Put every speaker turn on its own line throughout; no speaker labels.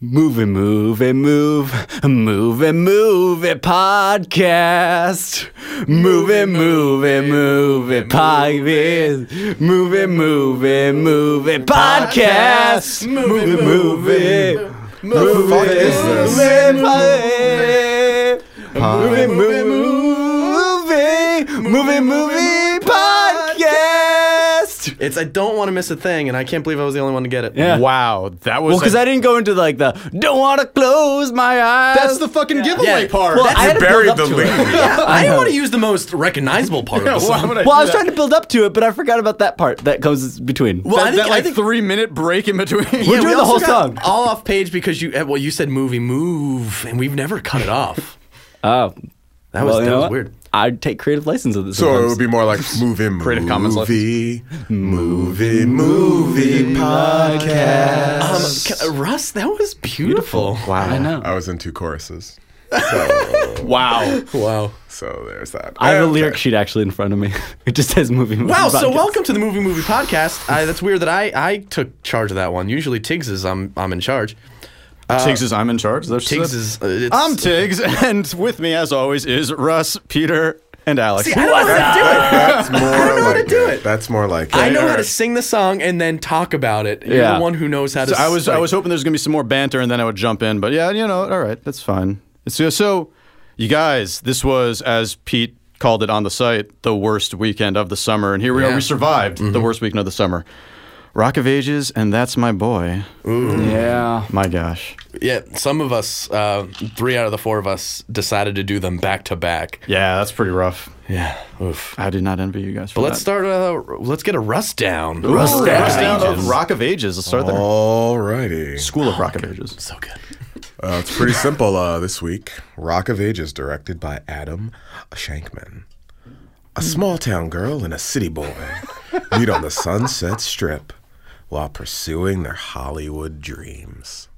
Move and move and move, move and move it podcast. Move and move and move it podcast. Move and move and move it podcast. Move and move it. Move
fuck
it,
is this?
move it, move it, move it, move it, move it, move it podcast.
It's I don't want to miss a thing, and I can't believe I was the only one to get it.
Yeah.
Wow, that was
Well, because
a-
I didn't go into like the don't want to close my eyes.
that's the fucking giveaway
Yeah.
part.
Well, I had to build
buried
up
the
to
lead.
it.
Yeah, I didn't want to use the most recognizable part of the
Why
song.
would I
Well, I
do
was
that?
trying to build up to it, but I forgot about that part that comes between.
Well,
that,
I think-
that
I
like
think-
three minute break in between.
We're
Yeah,
doing
we
the
also
whole
got
song.
All off page because you eh, well you said movie move, and we've never cut it off.
Oh,
That was
Well, you
that
know
was
what?
weird.
I'd take creative license with this.
So it
sometimes.
would be more like move in
Creative Commons left.
movie, movie, movie podcast.
Um, ca- Russ, that was beautiful.
wow.
I know.
I was in two choruses,
Wow.
Wow.
so there's that.
I have a
Okay.
lyric sheet actually in front of me. It just says movie. movie
Wow, so
podcast.
welcome to the Movie Movie Podcast. I, that's weird that I, I took charge of that one. Usually Tiggs is I'm I'm in charge.
Tiggs is I'm in charge. There's
Tiggs
the-
is uh, it's,
I'm Tiggs, and with me as always is Russ, Peter, and Alex.
I don't know how to do it.
That's more
know how
like
to do it.
That's more like
I
it.
know how to sing the song and then talk about it. You're
Yeah.
the one who knows how to.
So I was
sing.
I was hoping there's gonna be some more banter and then I would jump in, but yeah, you know, all right, that's fine. So, so you guys, this was as Pete called it on the site, the worst weekend of the summer, and here we
Yeah.
are. We survived the worst weekend of the summer. Rock of Ages, and that's my boy.
Yeah.
My gosh,
Yeah, some of us, uh, three out of the four of us, decided to do them back to back.
yeah, that's pretty rough.
Yeah. Oof.
I do not envy you guys. For
But let's
that.
start. Uh, let's get a rust down.
Ooh,
down.
Rust down of Rock of Ages. Let's start
Oh,
there.
Alrighty.
School of Rock of Ages.
So good.
Uh, it's pretty simple uh, this week. Rock of Ages, directed by Adam Shankman. A small town girl and a city boy meet on the Sunset Strip while pursuing their Hollywood dreams.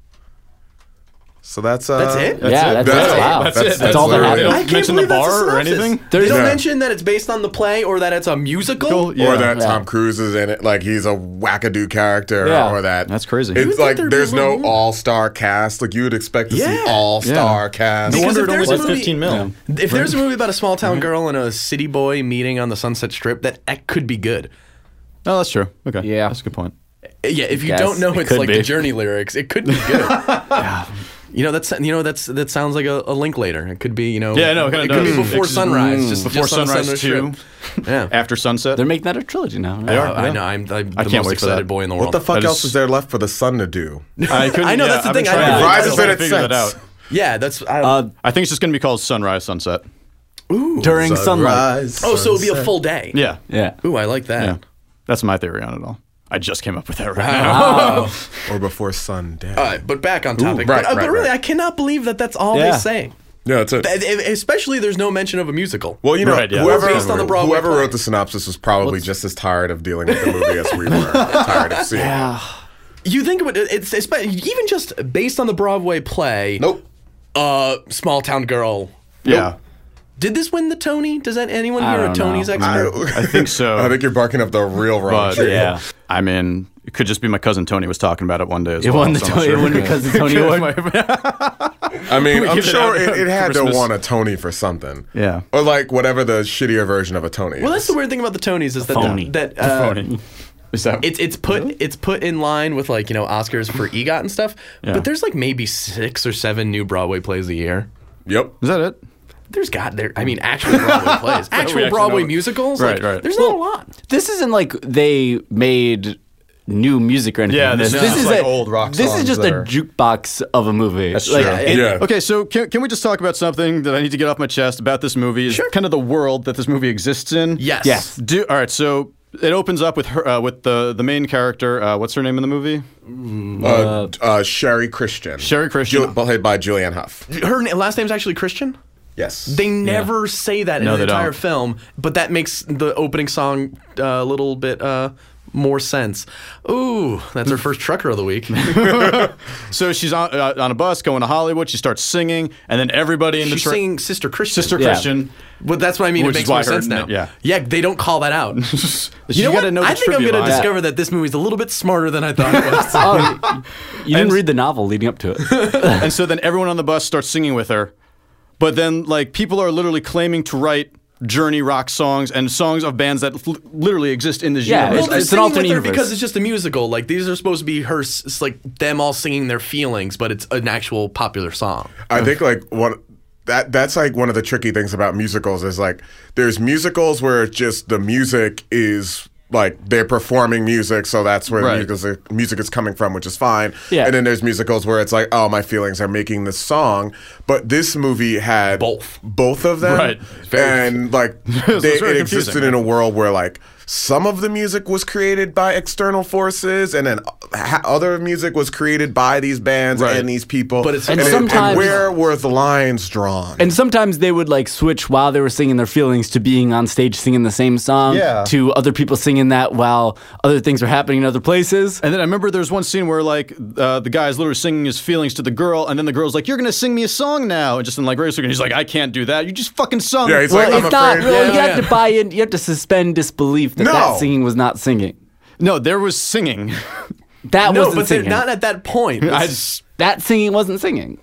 So that's uh,
That's it?
Yeah, that's it. Wow.
That's,
That's-
it.
that's
all that
literally-
happened.
I can't
mention the
believe that's a
bar or
synopsis.
anything.
They don't
Yeah.
mention that it's based on the play or that it's a musical.
Cool, yeah.
Or that
Yeah.
Tom Cruise is in it, like he's a wackadoo character,
Yeah.
or that
That's crazy. You
would
It's
think
like
there'd be
there's
more
no
movie.
all star cast. Like you would expect to
Yeah.
see all star
Yeah.
cast.
Because
wonder
if
it only
there's a
cost
movie-
15 mil.
Yeah.
If there's a movie about a small town
Mm-hmm.
girl and a city boy meeting on the Sunset Strip, that, that could be good.
Oh, that's true. Okay.
Yeah.
That's a good point.
Yeah, if you
Guess.
don't know
It
it's
could
like
be.
the Journey lyrics, it could be good. You know that's you know that's that sounds like a, a link later. It could be you know
Yeah, no, it kinda
it could be
does.
before
It's-
sunrise, just
Before
just on the
Sunrise
Strip. Yeah,
After sunset.
They're making that a trilogy now. They
Uh, I know. I'm, I'm the
can't
most
wait for
excited
that.
boy in the world.
What the fuck
That
else
is-
is there left for the sun to do?
I, couldn't,
I know, that's the
I've been
thing, I
trying
know.
to-
Rise
I've been
is
trying
in
to
its
Uh, figure that
sense.
out.
Yeah, that's. I,
Uh,
I think it's just going to be called Sunrise Sunset.
during sunlight.
oh, so it'll be a full day.
Yeah.
Yeah.
Ooh, I like that.
Yeah. That's my theory on it all. I just came up with that right
or before sundown.
All right, but back on topic.
right,
but, uh, but
right,
really,
right.
I cannot believe that that's all
Yeah.
they say.
no, it's a,
E- e- Especially, there's no mention of a musical.
well, you know,
Right, yeah.
whoever,
Or based on the Broadway
whoever
play.
wrote the synopsis was probably just as tired of dealing with the movie as we were tired of seeing. it.
You think about it, it's, it's but even just based on the Broadway play.
Nope.
Uh, small town girl.
now. yeah.
Did this win the Tony? Does that anyone
I
here a
don't
Tony's
know.
expert?
I think so.
I think you're barking up the real wrong
but,
tree.
Yeah.
I mean, it could just be my cousin Tony was talking about it one day as
It
well.
won the
so I'm not
Tony. It
sure.
won because of the Tony Award.
I mean,
We
I'm
give it
sure
out
it, it
for
had to
Christmas.
want a Tony for something.
Yeah.
Or like whatever the shittier version of a Tony.
well,
is.
that's the weird thing about the Tonys is that
phony.
that uh,
Tony. Is that
it's it's put it's put in line with like you know Oscars for EGOT and stuff.
Yeah.
But there's like maybe six or seven new Broadway plays a year.
Yep.
Is that it?
There's got there. I mean, actual Broadway plays, actual
actually
Broadway
know.
musicals.
Right,
like,
right.
There's not a lot.
This isn't like they made new music or anything.
Yeah,
this,
this is
this
just
is
like
a,
old rock
This is
songs
just
that
a
are-
jukebox of a movie. That's
true.
Like, it-
Yeah.
Okay, so can, can we just talk about something that I need to get off my chest about this movie? Is kind of the world that this movie exists in.
Yes.
Yes.
Do all right. So it opens up with her uh, with the the main character. Uh, what's her name in the movie?
Uh, uh, Sherry Christian.
Sherry Christian.
Ju- played by Julianne Hough.
Her na- last name's actually Christian.
Yes.
They never say that in
No,
the
they
entire
don't.
film, but that makes the opening song uh, a little bit uh, more sense. Ooh, that's our
Mm.
first trucker of the week.
So she's on uh, on a bus going to Hollywood. She starts singing, and then everybody in
She's
the train,
saying Sister Christian.
Sister
Yeah.
Christian.
But that's what I mean.
Which
it makes
is why
more
her
sense
na-
now.
yeah.
yeah, they don't call that out.
You,
know
gotta
what?
know the
I think I'm
trivia
going to
line.
discover that this movie's a little bit smarter than I thought it was.
Oh, you didn't read the novel leading up to it.
and so then everyone on the bus starts singing with her. But then, like, people are literally claiming to write Journey rock songs and songs of bands that l- literally exist in this
Yeah,
universe.
well, they're
it's an
singing
alternate
with her
universe.
because it's just a musical. Like these are supposed to be her, s- it's like them all singing their feelings, but it's an actual popular song.
I think like one that that's like one of the tricky things about musicals is like there's musicals where it's just the music is like they're performing music, so that's where
Right.
music, music is coming from, which is fine.
Yeah.
And then there's musicals where it's like, oh, my feelings are making this song, but this movie had
Both.
both of them,
Right.
and like they,
it's very
it
confusing,
existed
right?
in a world where like some of the music was created by external forces, and then uh, ha- other music was created by these bands
Right.
and these people.
But it's-
And sometimes-
where were the lines drawn?
And sometimes they would like switch while they were singing their feelings to being on stage singing the same song
Yeah.
to other people singing that while other things were happening in other places.
And then I remember there's one scene where like uh, the guy's literally singing his feelings to the girl, and then the girl's like, "You're gonna sing me a song now," and just in like regular, and he's like, "I can't do that. You just fucking sung."
Yeah,
it."
he's
Well,
like, I'm
it's not.
afraid.
Well, you
Yeah,
have
yeah.
to buy in. You have to suspend disbelief that
No.
that singing was not singing.
no, there was singing.
That
No,
wasn't
but they're
singing.
not at that point.
I
This-
just
that singing wasn't singing.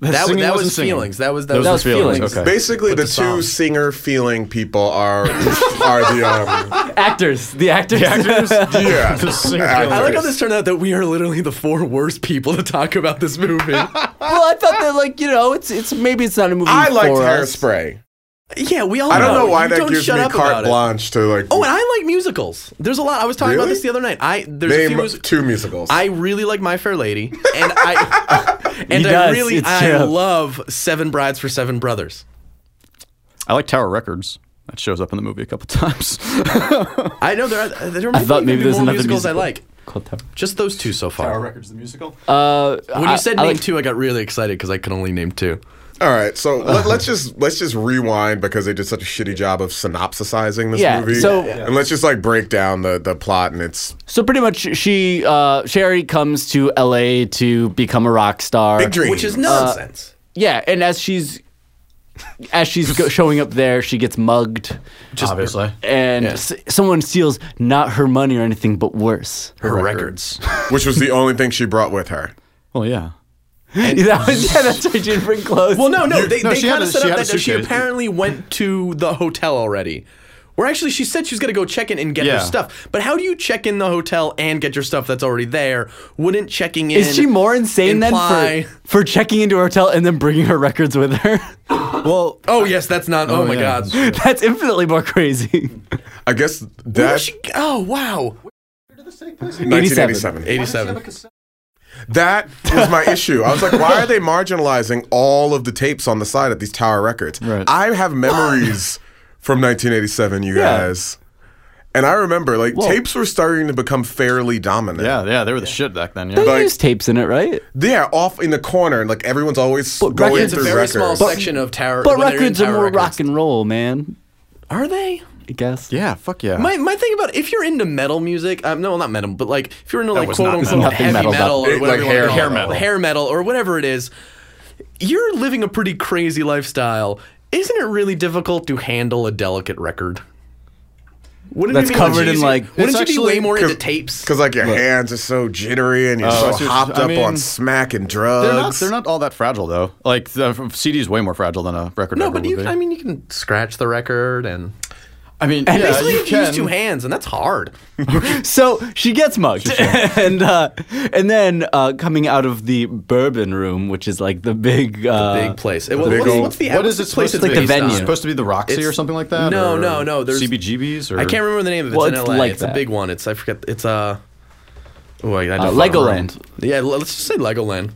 that was,
singing
that
wasn't
was
singing.
feelings. That was that,
Those
was
was
feelings.
feelings.
Okay.
Basically, the,
With
two
the song.
singer feeling people are are the um,
Actors. The actors.
yeah.
The singer
I
I
feelings.
like how this turned out that we are literally the four worst people to talk about this movie.
well, I thought that like you know, it's it's maybe it's not a movie.
I liked
for us.
hairspray.
yeah, we all.
I don't know why
You
that
don't
gives
shut
me
up
carte
about it.
blanche to like
Oh, and I like musicals. There's a lot. I was talking about
Really?
this the other night. I there's a few
name
musicals.
two musicals.
I really like My Fair Lady, and I and
He
I
does,
really
it's
I
true.
love Seven Brides for Seven Brothers.
I like Tower Records. That shows up in the movie a couple times.
I know there are there
I
might
thought
be
maybe there's
more
another
musicals I
musical.
like.
Called Tower.
Just those two so far.
Records, the musical.
Uh,
When
I-
you said
I
name
like-
two, I got really excited because I could only name two.
All right, so let, us just let's just rewind because they did such a shitty job of synopsisizing this
Yeah,
movie.
so-
and let's just like break down the the plot and it's
So pretty much, she uh, Sherry comes to L.A. to become a rock star.
big dreams.
Which
Uh,
is nonsense.
Yeah, and as she's as she's go- showing up there, she gets mugged,
Just obviously.
and s- someone steals not her money or anything, but worse.
her records.
which was the only thing she brought with her.
Well, yeah.
That was- yeah, that's why she didn't bring clothes.
Well, no, no, they,
no,
they
she had
kind of
a-
set
she
up
had a
that she
suitcase.
apparently went to the hotel already. Where actually she said she was going to go check in and get
Yeah.
her stuff. But how do you check in the hotel and get your stuff that's already there? Wouldn't checking in
Is she more insane
imply-
than for, for checking into a hotel and then bringing her records with her?
Well,
Oh yes, that's not. Oh, my
yeah.
god.
That's infinitely more crazy.
I guess
Where
that
does she- oh wow.
1987.
87.
That was my issue. I was like, why are they marginalizing all of the tapes on the side of these Tower Records?
Right.
I have memories from 1987, you guys. And I remember, like, tapes were starting to become fairly dominant.
yeah, yeah, they were the shit back then. Yeah.
They
Like-
use tapes in it, right?
They are off in the corner, and, like, everyone's always going
records
It's a
through
very
records.
small section of tower.
But
when they're in
records are
tower
more rock
records.
and roll, man.
Are they?
I guess.
yeah, fuck yeah.
My, my thing about if you're into metal music, um, no, well, not metal, but like if you're into like
was
quote
not
unquote
metal. Nothing
heavy
metal
metal,
about
or
it.
whatever
Like
you wanna
hair-
call
hair
it,
metal.
hair metal or whatever it is, you're living a pretty crazy lifestyle. Isn't it really difficult to handle a delicate record? Wouldn't
That's
it be much
covered in,
easier-
like-
Wouldn't
It's
you be way
actually-
more into tapes?
Because, like, your hands are so jittery, and you're
I see what
so
you're-
hopped up
I
on
mean,
smack and
Uh, they're not,
drugs.
they're not all that fragile though. Like the f- CD is way more fragile than a record.
No,
ever
but
would
you.
be.
I mean, you can scratch the record and
I mean, yeah,
basically
you
you can use
can.
two hands, and that's hard.
So she gets mugged, and uh, and then uh, coming out of the bourbon room, which is like the big, uh,
big place. It, what,
big
what's,
old-
what's the
what
what's
is
the
it
place?
supposed
it's
to
be? Like the
based on?
venue.
supposed to be the Roxy
It's-
or something like that.
No,
or
no, no, there's-
CBGBs or
I can't remember the name of it.
Well,
it's,
it's
in LA.
like
it's
that.
a big one. It's I forget. It's uh, oh, I, I
uh,
don't
Legoland.
Yeah, l- let's just say Legoland.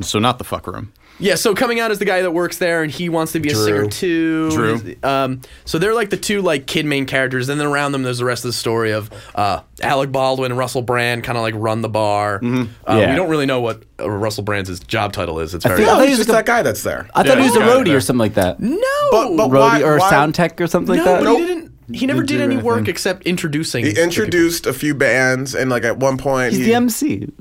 So not the fuck room.
Yeah, so coming out is the guy that works there, and he wants to be a singer too.
Drew.
Um, so they're like the two like kid main characters, and then around them there's the rest of the story of uh, Alec Baldwin and Russell Brand kind of like run the bar. Uh,
Mm-hmm. Yeah.
We don't really know what uh, Russell Brand's his job title is. It's very
think-
no,
I thought
it's
he was
just
a-
that guy that's there.
I thought
Yeah,
he was a
it's kinda
roadie or
there.
something like that.
no,
But- but
Roadie
Why-
or
why-
sound tech or something
no,
like that.
but he didn't. He never
Didn't
did
do
any work
anything.
except introducing.
He introduced a few bands, and like at one point,
He's
he,
the MC.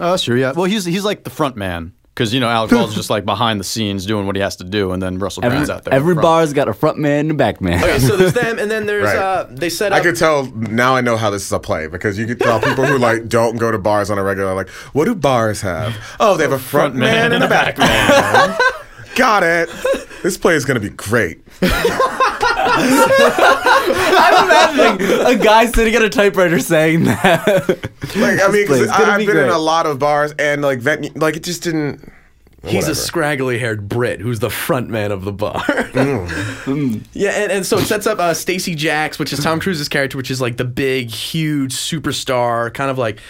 Oh, sure. Yeah. Well, he's he's like the front man because you know Alec Baldwin's just like behind the scenes doing what he has to do, and then Russell
Every,
Brand's out there. in
every
front.
bar's got a front man and a back man.
Okay, so there's them, and then there's
Right.
uh, they set up.
I could tell now I know how this is a play because you could tell people who like don't go to bars on a regular like what do bars have? Oh, they have a front, man, and a back man. Got it. This play is going to be great.
I'm imagining a guy sitting at a typewriter saying that.
Like I
play
mean, 'cause
is gonna
I, I've
be
been in
great.
a lot of bars and like vet, like it just didn't.
He's
whatever.
a scraggly haired Brit who's the front man of the bar.
Mm.
yeah, and, and so it sets up uh, Stacy Jacks, which is Tom Cruise's character, which is like the big, huge superstar, kind of like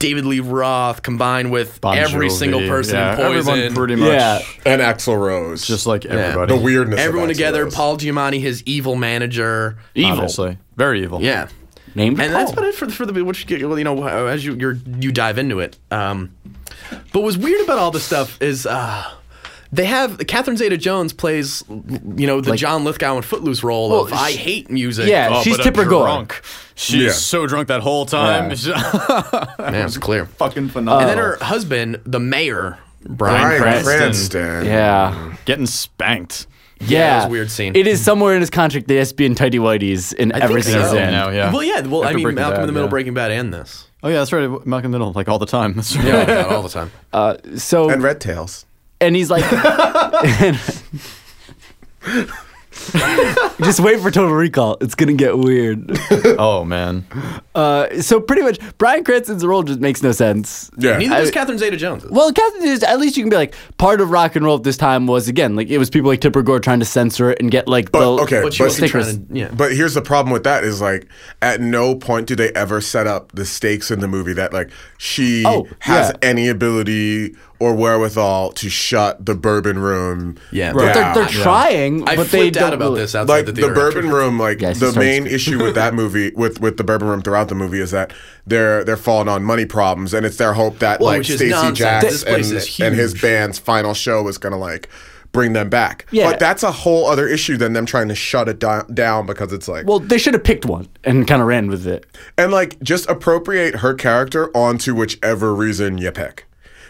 David Lee Roth combined with
Bon
every
Jovi,
single person
yeah,
in Poison.
Everyone pretty much.
yeah.
and Axl Rose,
Just like everybody.
the weirdness. of
Everyone
Axl
together,
Rose.
Paul Giamatti, his evil manager.
Evil. Obviously. Very evil.
Yeah.
Named
And
Paul.
that's about it for the, for the what you get. Well, you know, as you you're, you dive into it. Um, but what's weird about all this stuff is uh, they have Catherine Zeta-Jones plays, you know, the John Lithgow in Footloose role of
Well,
I
she-
hate music.
Yeah,
Oh,
she's
but a
Tipper Gore.
drunk. She's
Yeah.
so drunk that whole time.
man, it's clear.
Fucking phenomenal.
Oh.
And then her husband, the mayor, Brian.
Bryan
Cranston.
Cranston.
Cranston.
Yeah.
getting spanked.
Yeah,
that was a weird scene.
It is somewhere in his contract that he has to be in tighty whities in
I think
everything
so.
he's in.
Now, yeah.
Well, yeah. Well, I
After
mean,
Breaking
Malcolm
Bad,
in the Middle,
yeah.
Breaking Bad, and this.
Oh yeah, that's right. Malcolm Middle, like all the time. That's right.
Yeah, God, all the time.
Uh, so
and
and,
Red Tails.
he's like, just wait for Total Recall. It's gonna get weird.
Oh man.
Uh, so pretty much, Brian Cranston's role just makes no sense.
Yeah,
Neither was Catherine Zeta-Jones.
Well, Catherine, is- at least you can be like, part of rock and roll at this time was again like it was people like Tipper Gore trying to censor it and get like
But,
the
okay,
but she wasn't
stickers.
trying to. Yeah.
But here's the problem with that is like at no point do they ever set up the stakes in the movie that like she
Oh,
has
yeah.
any ability or wherewithal to shut the bourbon room.
Yeah.
But
Right.
they're, they're
Yeah.
trying,
I
but they
flipped
don't
out about
really-
this outside
Like
the
the,
theater.
bourbon room, like
Yes,
the
it starts-
main issue with that movie, with with the bourbon room throughout the movie, is that they're they're falling on money problems, and it's their hope that
Well,
like
which is
Stacy
nonsense.
Jacks
This place
and,
is
and his
huge.
band's final show is gonna like bring them back.
Yeah.
But that's a whole other issue than them trying to shut it do- down because it's like
Well, they should have picked one and kind of ran with it.
And like just appropriate her character onto whichever reason you pick.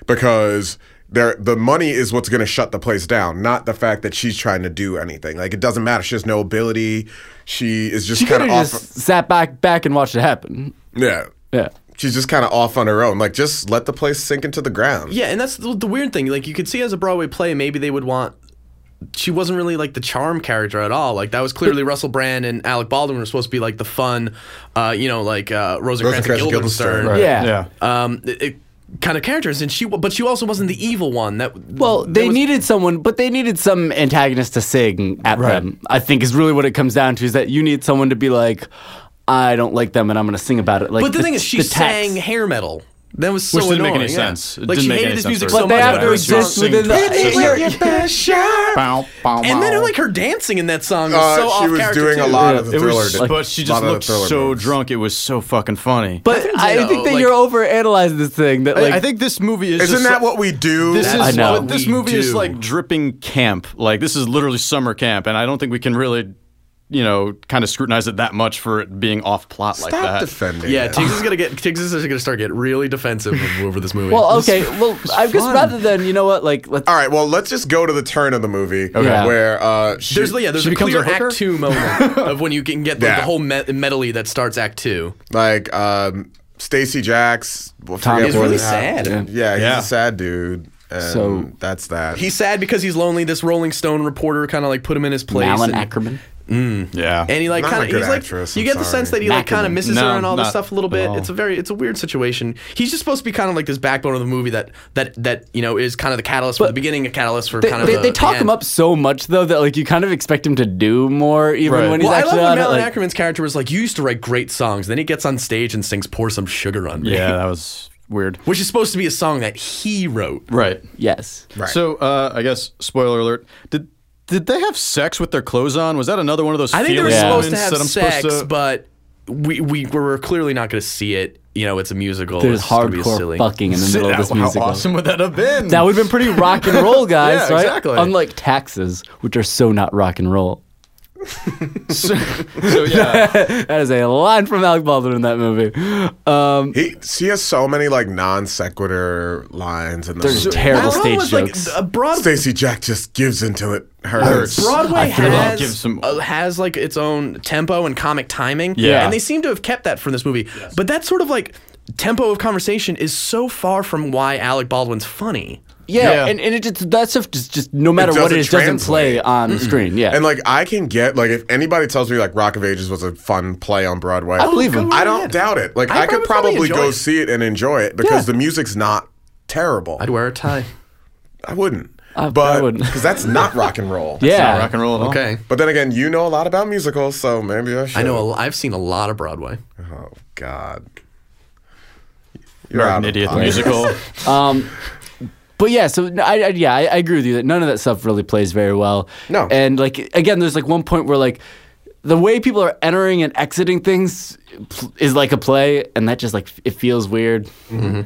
Because there the money is what's gonna shut the place down, not the fact that she's trying to do anything. Like it doesn't matter. She has no ability. She is just
She could
kinda
have
off
just sat back back and watched it happen.
Yeah.
Yeah.
She's just kinda off on her own. Like just let the place sink into the ground.
Yeah, and that's the, the weird thing. Like you could see as a Broadway play, maybe they would want. She wasn't really like the charm character at all. Like that was clearly Russell Brand and Alec Baldwin were supposed to be like the fun, uh, you know, like uh, Rosencrantz and
Rosencrantz and
Guildenstern,
Guildenstern,
Yeah.
Yeah.
um, it, it, kind of characters. And she, wa- but she also wasn't the evil one. That
Well,
that
they
was-
needed someone, but they needed some antagonist to sing at them. I think is really what it comes down to is that you need someone to be like, I don't like them, and I'm going to sing about it. Like,
But the, thing is, she
the text.
sang hair metal. That was so
Which didn't make
annoying,
any
yeah.
sense. It
like
didn't
she
make
hated
any
this
sense
music
for her.
But
so
they
much.
have
that
to
her
exist
song-
within
sing-
the.
And then like her dancing in that song was
Uh,
so off
she was
character,
doing a
too.
lot
Yeah,
of the
It
thriller.
was,
did-
but she
a lot
just
of the
looked
Thriller
so
moves.
drunk. It was so fucking funny.
But I
Zeta,
think that
like-
you're overanalyzing this thing. That like
I think this movie is.
Isn't
just
that
like-
what we do?
This
I
is
know.
what this
we
movie is
do.
like dripping camp. Like this is literally summer camp, and I don't think we can really, you know, kind of scrutinize it that much for it being off plot like
Stop
that.
defending.
Yeah,
it.
Tiggs is gonna get Tiggs is gonna start getting really defensive over this movie.
Well, okay. Well, I guess rather than you know what, like let's.
All right, well, let's just go to the turn of the movie
Yeah.
where uh, she,
There's yeah, there's
She
a
becomes
clear
a hooker?
Act Two moment of when you can get like,
Yeah.
the whole me- medley that starts Act Two.
like um, Stacy Jacks. Well, forget
He's
what
really
his half-
sad.
Yeah, he's
Yeah.
a sad dude. And
So-
that's that.
He's sad because he's lonely. This Rolling Stone reporter kind of like put him in his place.
Alan
and,
Ackerman.
Yeah.
and he like
Not a
kind of
good
he's like
actress,
you
I'm
get the
sorry.
sense that he like kind of
Mackinnon.
misses her
No,
and all this
not
stuff a little bit.
at all.
It's a very it's a weird situation. He's just supposed to be kind of like this backbone of the movie that that that you know is kind of the catalyst for the beginning, a catalyst for
They,
kind of
they,
the,
they
the
talk him
end.
up so much though that like you kind of expect him to do more even
Right.
when he's
Well, I love
actually
when
on it.
Alan
Like,
Ackerman's character was like, "You used to write great songs." Then he gets on stage and sings "Pour Some Sugar on Me,"
yeah, that was weird.
which is supposed to be a song that he wrote.
Right.
yes.
Right.
So uh, I guess spoiler alert. Did did they have sex with their clothes on? Was that another one of those?
I think they were
feeling
supposed to
moments
have
that I'm
sex,
supposed to.
but we, we were clearly not going to see it. You know, it's a musical.
There's
it's gonna be
hardcore
silly.
fucking in the
Sit
middle of
out.
this
how
musical.
awesome would that have been?
That would have been pretty rock and roll, guys,
Yeah,
right?
exactly.
Unlike taxes, which are so not rock and roll.
so, so yeah,
that is a line from Alec Baldwin in that movie. Um,
He, she has so many like non sequitur lines in the
There's
movie.
terrible-
I don't know, it
stage
was
jokes.
Like, uh, a broad
Stacy Jack just gives until it hurts.
Broadway
I threw up.
has,
Give some-
uh, has like its own tempo and comic timing.
Yeah.
And they seem to have kept that from this movie. But that sort of like tempo of conversation is so far from why Alec Baldwin's funny.
yeah,
Yeah.
and, and it just that stuff just, just no matter what
doesn't
it is doesn't play
translate.
on screen. Yeah,
And like I can get like if anybody tells me like Rock of Ages was a fun play on Broadway, I
believe 'em.
I don't doubt it. Like
I
I, could
would probably
probably
enjoy
go
it.
see it and enjoy it because
Yeah.
the music's not terrible.
I'd wear a tie.
I wouldn't.
I- I
but
wouldn't.
because that's not rock and roll.
yeah,
Not rock and roll. At all.
Okay.
But then again, you know a lot about musicals, so maybe I should.
I know. A, I've seen a lot of Broadway.
Oh God. You're out
American
of
Idiot the
pocket.
musical.
Um, but yeah, so I, I yeah, I, I agree with you that none of that stuff really plays very well.
No.
and like again, there's like one point where like the way people are entering and exiting things pl- is like a play, and that just like it feels weird.
Mm-hmm.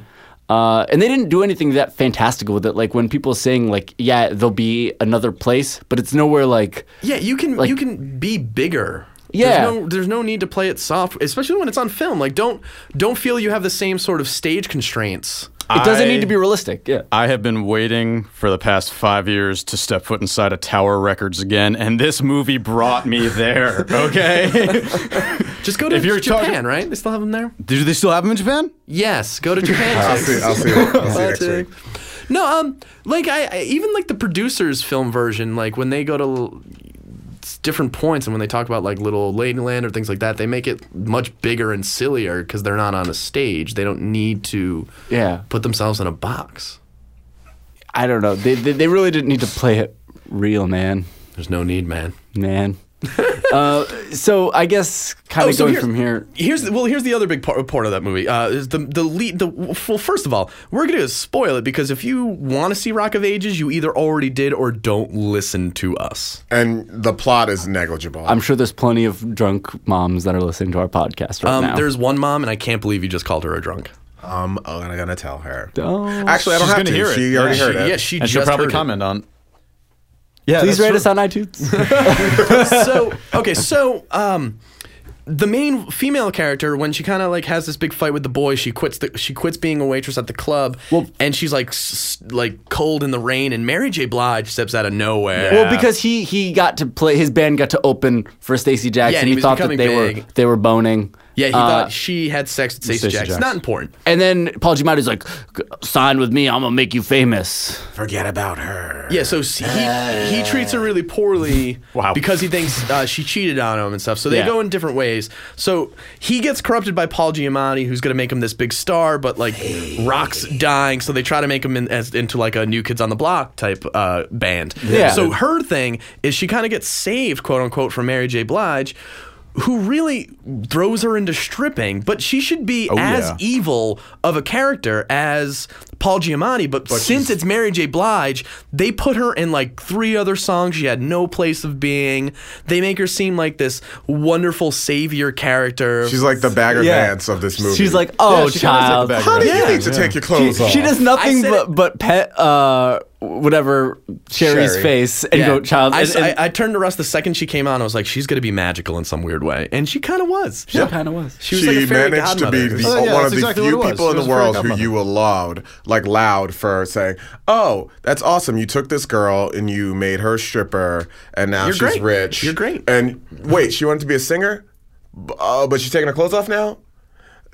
Uh, and they didn't do anything that fantastical with it. Like when people sing, like yeah, there'll be another place, but it's nowhere like
Yeah, you can
Like-
you can be bigger.
Yeah.
There's no, there's no need to play it soft, especially when it's on film. Like don't don't feel you have the same sort of stage constraints.
it doesn't need
I-
to be realistic. Yeah,
I have been waiting for the past five years to step foot inside of Tower Records again, and this movie brought me there. Okay,
Just go to
If you're
Japan,
talking-
right? They still have them there.
do they still have them in Japan?
Yes, go to Japan.
I'll
Chase.
Uh,
see. I'll see. I'll see you next
Patrick.
week.
No, um, like I, I even like the producers' film version, like when they go to l- s- different points and when they talk about like Little Ladyland or things like that, they make it much bigger and sillier because they're not on a stage. They don't need to
yeah.
put themselves in a box.
I don't know. They they, they really didn't need to play it real, man.
There's no need, man.
Man. uh, so I guess kind of going from here.
Oh, Here's the, well, here's the other big part, part of that movie. Uh, is the the lead. The well, first of all, we're gonna spoil it because if you want to see Rock of Ages, you either already did or don't listen to us.
And the plot is negligible.
I'm sure there's plenty of drunk moms that are listening to our podcast right
Um,
now.
There's one mom, and I can't believe you just called her a drunk.
I'm gonna, gonna tell her.
Don't.
Actually, I don't
She's
have
gonna
to.
hear it.
she already
Yeah,
heard
She-
it.
yeah, she
and
just
she'll probably
heard it.
comment on. Yeah,
Please
that's
rate
true.
us on iTunes.
so okay, so um, the main female character when she kind of like has this big fight with the boy, she quits the she quits being a waitress at the club,
Well-
and she's like s- like cold in the rain, and Mary J. Blige steps out of nowhere.
well, because he he got to play his band got to open for Stacey Jackson.
Yeah, and he was
thought that
becoming
they were
big.
they were boning.
yeah, he
Uh,
thought she had sex with Stacey
Stacey
Jackson.
Jackson.
Not important.
And then Paul Giamatti's like, "G- sign with me, I'm gonna make you famous.
Forget about her.
Yeah, so s- he he treats her really poorly
Wow.
because he thinks uh, she cheated on him and stuff. So they
Yeah.
go in different ways. So he gets corrupted by Paul Giamatti, who's going to make him this big star, but like rocks dying. So they try to make him in, as, into like a New Kids on the Block type uh, band.
Yeah.
So her thing is she kind of gets saved, quote unquote, from Mary J. Blige. Who really throws her into stripping, but she should be as
Oh, yeah.
evil of a character as Paul Giamatti, but, since it's Mary J. Blige, they put her in like three other songs she had no place of being. They make her seem like this wonderful savior character.
She's like the bagger
Yeah.
dance of this movie.
She's like, oh
she kinda
child,
took it back.
Honey,
Yeah.
you need to take your
She,
clothes off.
she does
I
nothing
said
but,
it-
but pet uh, whatever Sherry's
Sherry.
face and
Yeah.
go child.
I,
and-
s-
and-
I- I turned to Russ the second she came on. I was like, she's going to be magical in some weird way. And she kind of was. She,
she kind of was.
she was like a fairy
managed to
godmother.
be the,
Oh, yeah,
one
that's
of the
exactly
few
what it was.
people
It
in the
was a fairy
world who
godmother.
you allowed, like, loud for saying, "Oh, that's awesome! You took this girl and you made her stripper, and now
You're
she's
great.
rich.
You're great.
And wait, she wanted to be a singer, B- uh, but she's taking her clothes off now.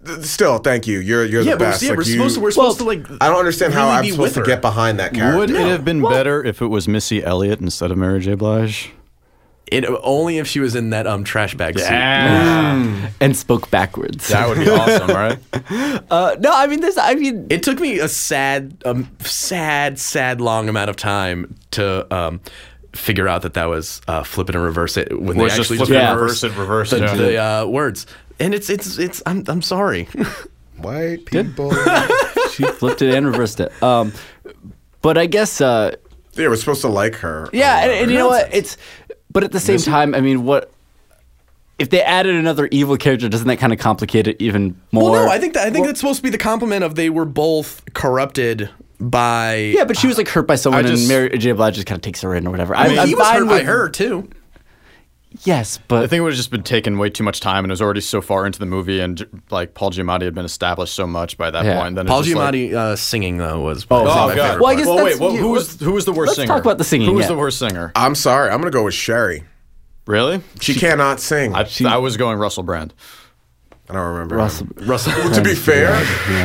Th- Still, thank you. You're you're
yeah,
the
but
best.
yeah,
Like,
we're
you-
supposed to, we're supposed to like.
I don't understand how
really
I'm
be
supposed to
with her.
get behind that character.
Would it have been better if it was Missy Elliott instead of Mary J. Blige?
It, only if she was in that um trash bag suit.
and spoke backwards.
that would be awesome, right?
Uh, no, I mean this. I mean,
It took me a sad, um, sad, sad long amount of time to um, figure out that that was uh, flip it and reverse it when
Was
they
just
actually
flip
just
it
and
reversed
reverse it, reverse
the,
it, yeah.
the uh, words. And it's it's it's I'm I'm sorry.
White people.
she flipped it and reversed it. Um, but I guess, uh,
yeah, we're supposed to like her. Oh,
yeah, and, and you know what? It's, but at the same time, I mean, what if they added another evil character? Doesn't that kind of complicate it even more?
well, no, I think that I think that's supposed to be the compliment of they were both corrupted by.
Yeah, but she was like hurt by someone,
just-
and Mary J. Blige just kind of takes her in or whatever. I
he
am
was
fine
hurt
with
by her too.
Yes, but
I think it would have just been taking way too much time, and it was already so far into the movie, and j- like Paul Giamatti had been established so much by that
Yeah.
point. Then
Paul
it's just like-
Giamatti uh, singing though was oh,
Oh,
my
God.
favorite
Well, I
part.
guess
well, wait.
that's-
what-
you-
who was who was the worst
let's
singer?
talk about the singing,
Who was
yeah.
the worst singer?
I'm sorry. I'm gonna go with Sherry.
Really?
She, cannot sing.
I,
I,
I was going Russell Brand.
don't remember.
Russell,
Well, to be fair,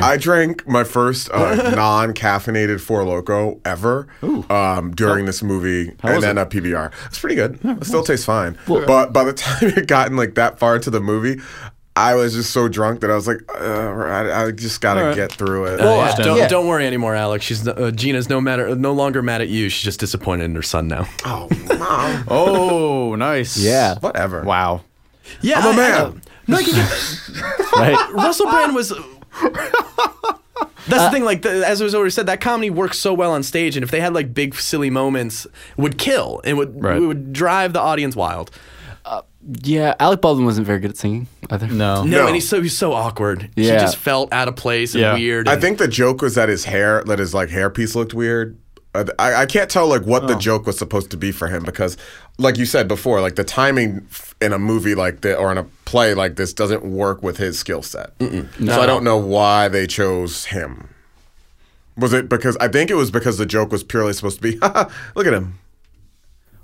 I drank my first uh, non-caffeinated Four Loco ever um, during this movie, and
was
then a PBR. It's pretty good. It still tastes fine. but by the time it gotten like that far into the movie, I was just so drunk that I was like, uh, I, I just gotta get through it.
Oh,
yeah.
don't,
Yeah.
don't worry anymore, Alex. She's no- uh, Gina's no matter no longer mad at you. She's just disappointed in her son now.
oh, mom.
Oh, nice.
Yeah.
Whatever.
Wow.
Yeah,
I'm a
I- I
man.
know. no, I can get,
right?
Russell Brand was.
Uh,
That's the thing, like the, as was already said, that comedy works so well on stage, and if they had like big silly moments, would kill and would
Right.
it would drive the audience wild.
Yeah, Alec Baldwin wasn't very good at singing either.
No.
No,
No.
and he's so he's so awkward. She
Yeah.
just felt out of place and
Yeah.
weird.
I
and-
think the joke was that his hair, that his like hairpiece looked weird. Uh, I, I can't tell like what the joke was supposed to be for him because, like you said before, like the timing f- in a movie like that or in a play like this doesn't work with his skill set. So I don't know why they chose him. Was it because I think it was because the joke was purely supposed to be, look at him,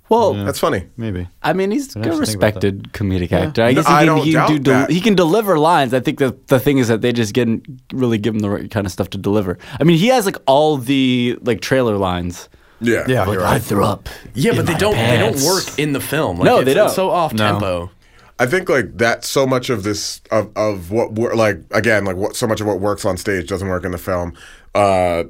Well,
that's funny.
Maybe.
I mean, he's
have
a
to think about
respected comedic actor. I guess
I
he can,
don't
he,
doubt
can do del-
that.
he can deliver lines. I think that the thing is that they just get really give him the right kind of stuff to deliver. I mean, he has like all the like trailer lines.
Yeah,
Yeah.
you're
Like,
right.
I threw up.
yeah,
in
but they
my
don't
pants."
they don't work in the film. Like,
No,
it's,
they
It's
don't.
so off tempo.
I think like that so much of this of of what wor- like again like what so much of what works on stage doesn't work in the film, uh,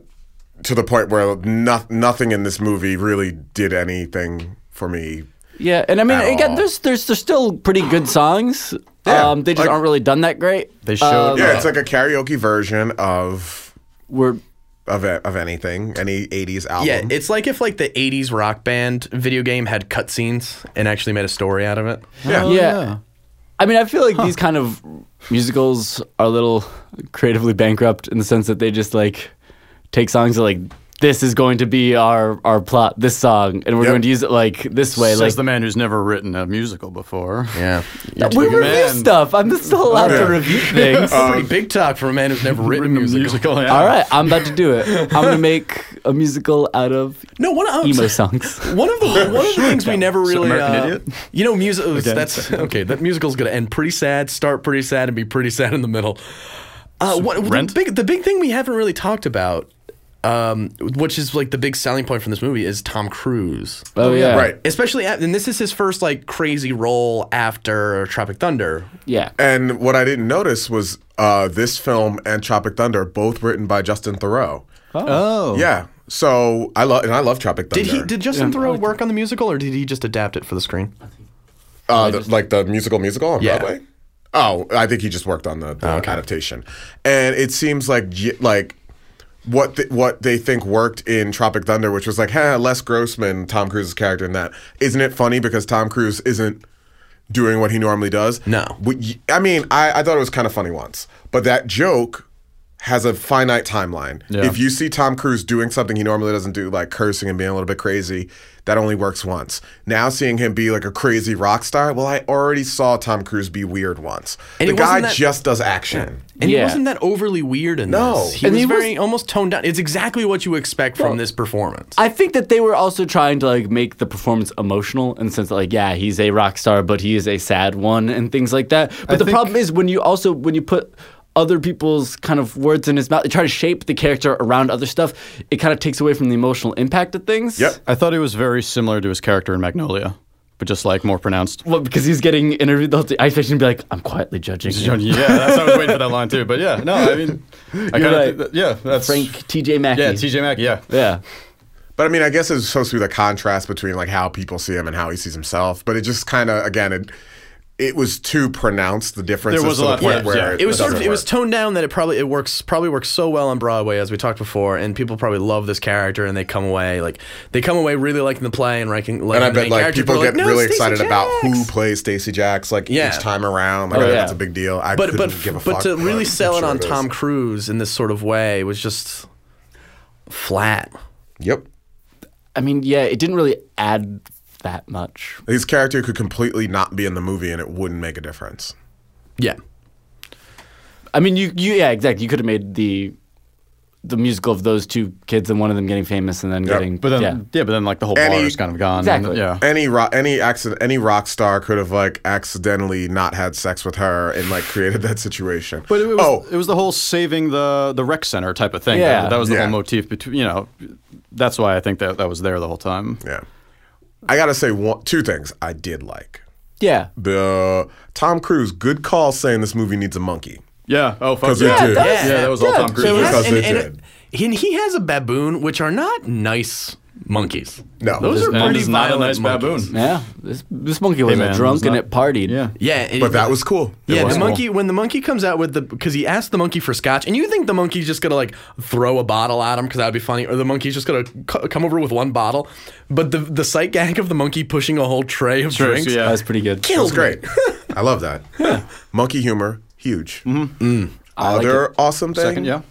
to the point where no, nothing in this movie really did anything for me.
Yeah, and I mean,
At
again,
all.
there's there's there's still pretty good songs.
Yeah,
um, they just
like-
aren't really done that great. Uh,
They showed.
Yeah,
up.
it's like a karaoke version of
We're
of a- of anything any '80s album.
Mm-hmm.
Yeah, it's like if like the '80s rock band video game had cutscenes and actually made a story out of it.
Oh, yeah.
yeah.
yeah.
I mean, I feel like these kind of musicals are a little creatively bankrupt in the sense that they just like take songs that like this is going to be our our plot, this song, and we're
Yep.
going to use it like this way.
Says
like
the man who's never written a musical before.
Yeah,
we
the
review
man.
stuff. I'm still allowed to review things.
pretty big talk for a man who's never written a musical.
yeah.
All right, I'm about to do it. I'm gonna make a musical out of
No, one of
emo songs.
One of the one of the things we never really
American
uh,
Idiot?
You know, music. That's okay. That musical's gonna end pretty sad, start pretty sad, and be pretty sad in the middle. Uh, what,
Rent?
The big the big thing we haven't really talked about, um, which is like the big selling point from this movie, is Tom Cruise.
Oh yeah,
right.
Especially, at, and this is his first like crazy role after Tropic Thunder.
Yeah,
And what I didn't notice was uh, this film and Tropic Thunder both written by Justin Thoreau.
Oh.
Yeah, so I love and I love Tropic Thunder.
Did he? Did Justin Thoreau work on the musical, or did he just adapt it for the screen?
Uh, the, like the musical musical on
Yeah.
Broadway. Oh, I think he just worked on the, the adaptation, and it seems like j- like what th- what they think worked in Tropic Thunder, which was like, huh, Les Grossman, Tom Cruise's character in that. Isn't it funny because Tom Cruise isn't doing what he normally does?
No.
We- y- I mean, I, I thought it was kind of funny once, but that joke has a finite timeline.
Yeah.
If you see Tom Cruise doing something he normally doesn't do, like cursing and being a little bit crazy, that only works once. Now seeing him be like a crazy rock star, well, I already saw Tom Cruise be weird once.
And
the
he wasn't
guy
that-
just does action.
And he
Yeah.
wasn't that overly weird in
No.
this. He
And
was
he was-
very almost toned down. It's exactly what you expect from this performance.
I think that they were also trying to like make the performance emotional in the sense that like yeah he's a rock star but he is a sad one and things like that. But the
think-
problem is when you also when you put other people's kind of words in his mouth, they try to shape the character around other stuff. It kind of takes away from the emotional impact of things.
Yep.
I thought he was very similar to his character in Magnolia, but just like more pronounced.
Well, because he's getting interviewed the whole time. I expect him to be like, I'm quietly judging.
Yeah,
you."
that's I was waiting for that line too. But yeah, no, I mean, I kind
right.
of yeah, that's
Frank TJ Mackey.
Yeah, T.J. Mack. Yeah,
Yeah.
But I mean, I guess it's supposed to be the contrast between like how people see him and how he sees himself. But it just kind of again, it it was too pronounced the differences
There was
to
a
the
lot-
point
yeah,
where
yeah.
it was sort of
doesn't
it was
work.
toned down that it probably it works probably works so well on Broadway as we talked before, and people probably love this character and they come away like they come away really liking the play and liking.
and I bet like people get really excited about who
But
plays Stacy Jacks like
Yeah.
each time around. Like,
Oh,
I know
yeah.
that's a big deal. I
but
couldn't
but,
give a
but
fuck,
to really
I'm
sell it
sure
on
is.
Tom Cruise in this sort of way was just flat.
Yep.
I mean, yeah, it didn't really add that much.
His character could completely not be in the movie and it wouldn't make a difference.
Yeah.
I mean, you, you yeah, exactly. You could have made the the musical of those two kids and one of them getting famous and then getting
But then, yeah.
yeah.
but then like the whole
Any-
bar is kind of gone.
Exactly.
Yeah.
Any rock, any accident, any rock star could have like accidentally not had sex with her and like created that situation.
But it was,
oh,
it was the whole saving the the rec center type of thing.
Yeah.
That, that was the
Yeah.
whole motif between, you know, that's why I think that, that was there the whole time.
yeah. I gotta say one, two things I did like.
Yeah.
The Tom Cruise, good call saying this movie needs a monkey.
Yeah. Oh, fuck.
'Cause it
Yeah.
did.
yeah.
Yeah,
that was all
yeah.
Tom Cruise.
So it was-
Because-
they
and,
did.
and- and he has a baboon, which are not nice monkeys.
No.
those
This
are
and
pretty
it's not a
violent
nice
monkeys.
baboon.
Yeah. This this monkey was
man,
a drunk
it's not-
and it partied.
Yeah.
Yeah, and-
But that was cool.
Yeah,
was
the
cool.
monkey when the monkey comes out with the because he asked the monkey for scotch, and you think the monkey's just gonna like throw a bottle at him because that'd be funny, or the monkey's just gonna c- come over with one bottle, but the the sight gag of the monkey pushing a whole tray of
Sure,
drinks
so yeah.
That was pretty good.
It was great. I love that. Monkey humor, huge.
like
Other awesome thing.
Second, yeah.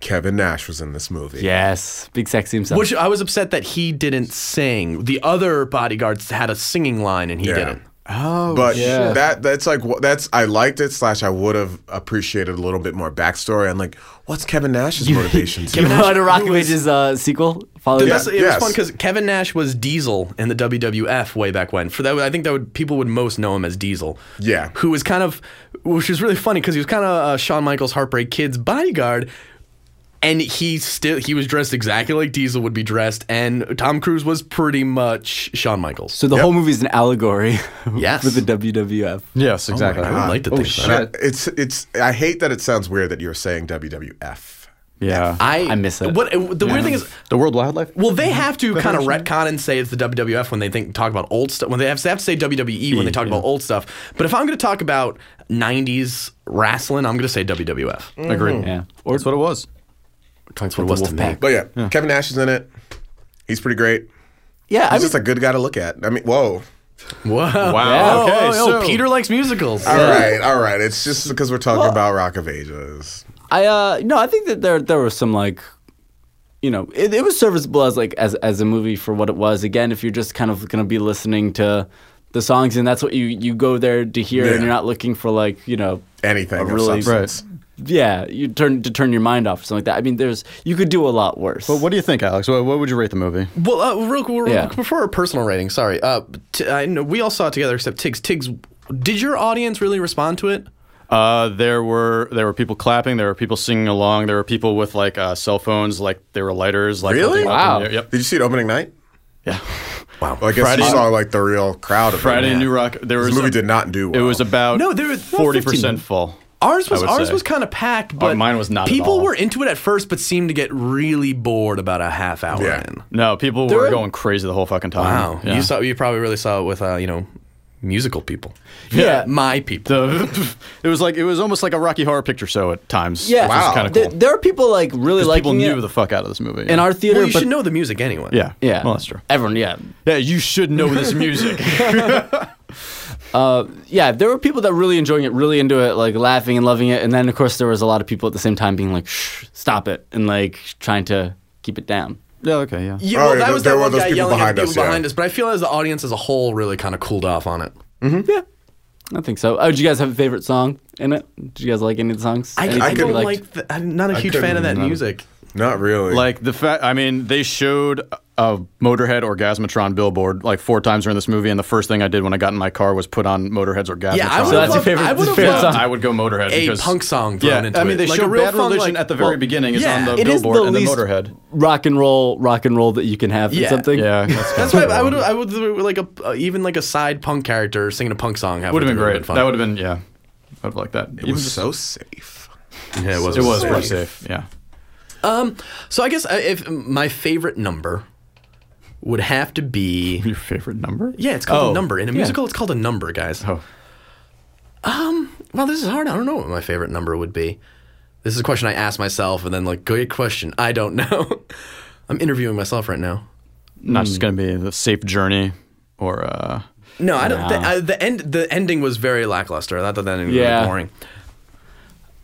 Kevin Nash was in this movie.
Yes. Big sexy himself.
Which I was upset that he didn't sing. The other bodyguards had a singing line and he
Yeah.
didn't.
Oh,
But
yeah.
that that's like wh- that's I liked it slash I would have appreciated a little bit more backstory and like what's Kevin Nash's motivations?
you
here?
know how to Rocky Wages uh, sequel? Follow
The
yeah.
best- it
yes.
was fun because Kevin Nash was Diesel in the WWF way back when. For that, I think that would people would most know him as Diesel.
Yeah.
who was kind of, which was really funny because he was kind of uh, Shawn Michaels' Heartbreak Kid's bodyguard, and he still he was dressed exactly like Diesel would be dressed, and Tom Cruise was pretty much Shawn Michaels.
So the whole movie is an allegory
Yes.
for the WWF.
Yes, exactly.
I would like to think
shit.
that.
And I- it's it's I hate that it sounds weird that you're saying WWF.
Yeah.
I
I miss it.
What the weird thing is,
the World Wildlife?
Well, they have to kind of retcon and say it's the WWF when they think talk about old stuff. When they have, they have to say WWE when they talk about old stuff. But if I'm going to talk about '90s wrestling, I'm going to say WWF.
Mm.
Agreed.
Yeah.
Or that's what it was.
That's what it was to me.
But yeah, Kevin Nash is in it. He's pretty great. He's
Yeah, I mean,
just a good guy to look at. I mean, whoa.
Wow.
Wow.
Okay.
Okay,
so
so-
Oh, Peter likes musicals.
All right, all right. It's just because we're talking about Rock of Ages.
I uh no, I think that there there was some like you know, it, it was serviceable as like as as a movie for what it was. Again, if you're just kind of going to be listening to the songs and that's what you you go there to hear
Yeah.
and you're not looking for like, you know,
Anything
a
of
really
substance.
yeah, you turn to turn your mind off or something like that. I mean, there's you could do a lot worse.
But what do you think, Alex? What, what would you rate the movie?
Well, uh, real quick
Yeah.
before our personal rating. Sorry. Uh, t- I know we all saw it together except Tiggs. Tiggs, did your audience really respond to it?
Uh, there were there were people clapping. There were people singing along. There were people with like uh, cell phones, like they were lighters. Like
Really?
holding up
Wow.
in the air. Yep.
Did you see it opening night?
Yeah.
Wow. Well, I guess you
Friday-
saw like the real crowd of it.
Friday
Yeah.
in New Rock. There was
This movie
a-
did not do well.
It was about
No, there was-
forty percent full.
Ours was
would
ours
say. Oh,
was kind of packed, but
mine was not at
People
all.
were into it at first, but seemed to get really bored about a half hour
Yeah.
in.
No, people were going crazy the whole fucking time.
Wow,
Um, Yeah.
you saw you probably really saw it with uh, you know musical people.
Yeah.
my people.
the, it was like it was almost like a Rocky Horror Picture Show at times.
yeah,
which is kind of
There,
cool.
there are people like really liking
people knew
it
the fuck out of this movie.
in our theater,
well, you
but
should know the music anyway.
yeah,
yeah,
Well, that's true.
Everyone, yeah,
Yeah, you should know this music.
yeah. There were people that really enjoying it, really into it, like laughing and loving it, and then of course there was a lot of people at the same time being like, "Shh, stop it," and like trying to keep it down.
yeah. Okay. Yeah.
Yeah,
Oh,
well,
yeah,
that
there-
was
there
that
were
one
those
guy
people
yelling at
behind
the people
us, yeah.
behind us, but I feel as the audience as a whole really kind of cooled off on it.
Mm-hmm.
I think so. Oh, did you guys have a favorite song in it? Did you guys like any of the songs?
I,
Anything
I
you
don't
liked?
like. The, I'm not a huge fan of that music.
not really.
Like the fact, I mean, they showed a Motorhead Orgasmatron billboard like four times during this movie, and the first thing I did when I got in my car was put on Motorhead's Orgasmatron.
Yeah, I would
So that's your
loved-
favorite,
I would've
favorite song.
loved-
I would go Motorhead.
A
because,
punk song
Yeah,
thrown into
I mean, they
it. Like a
showed
real
Bad
funk,
Religion
like-
at the very
well,
beginning is
yeah,
on the
It is the
billboard and then
least
Motorhead.
rock and roll, rock and roll that you can have in
Yeah.
something.
Yeah, that's,
That's why I would I would like a uh, even like a side punk character singing a punk song.
would have been great.
fun.
that would have been yeah. I would have liked that.
it was so safe.
yeah, it was.
it was
safe.
pretty safe. Yeah.
Um, so I guess I- if my favorite number would have to be
Your favorite number?
yeah, it's called
Oh,
a number in a
yeah.
musical. It's called a number, guys.
Oh.
Um, Well, this is hard. I don't know what my favorite number would be. This is a question I ask myself, and then like, great question. I don't know. I'm interviewing myself right now.
Not just gonna be the safe journey or uh
No, I don't. The, uh, the end. The ending was very lackluster. I thought that ending was
Yeah.
really boring.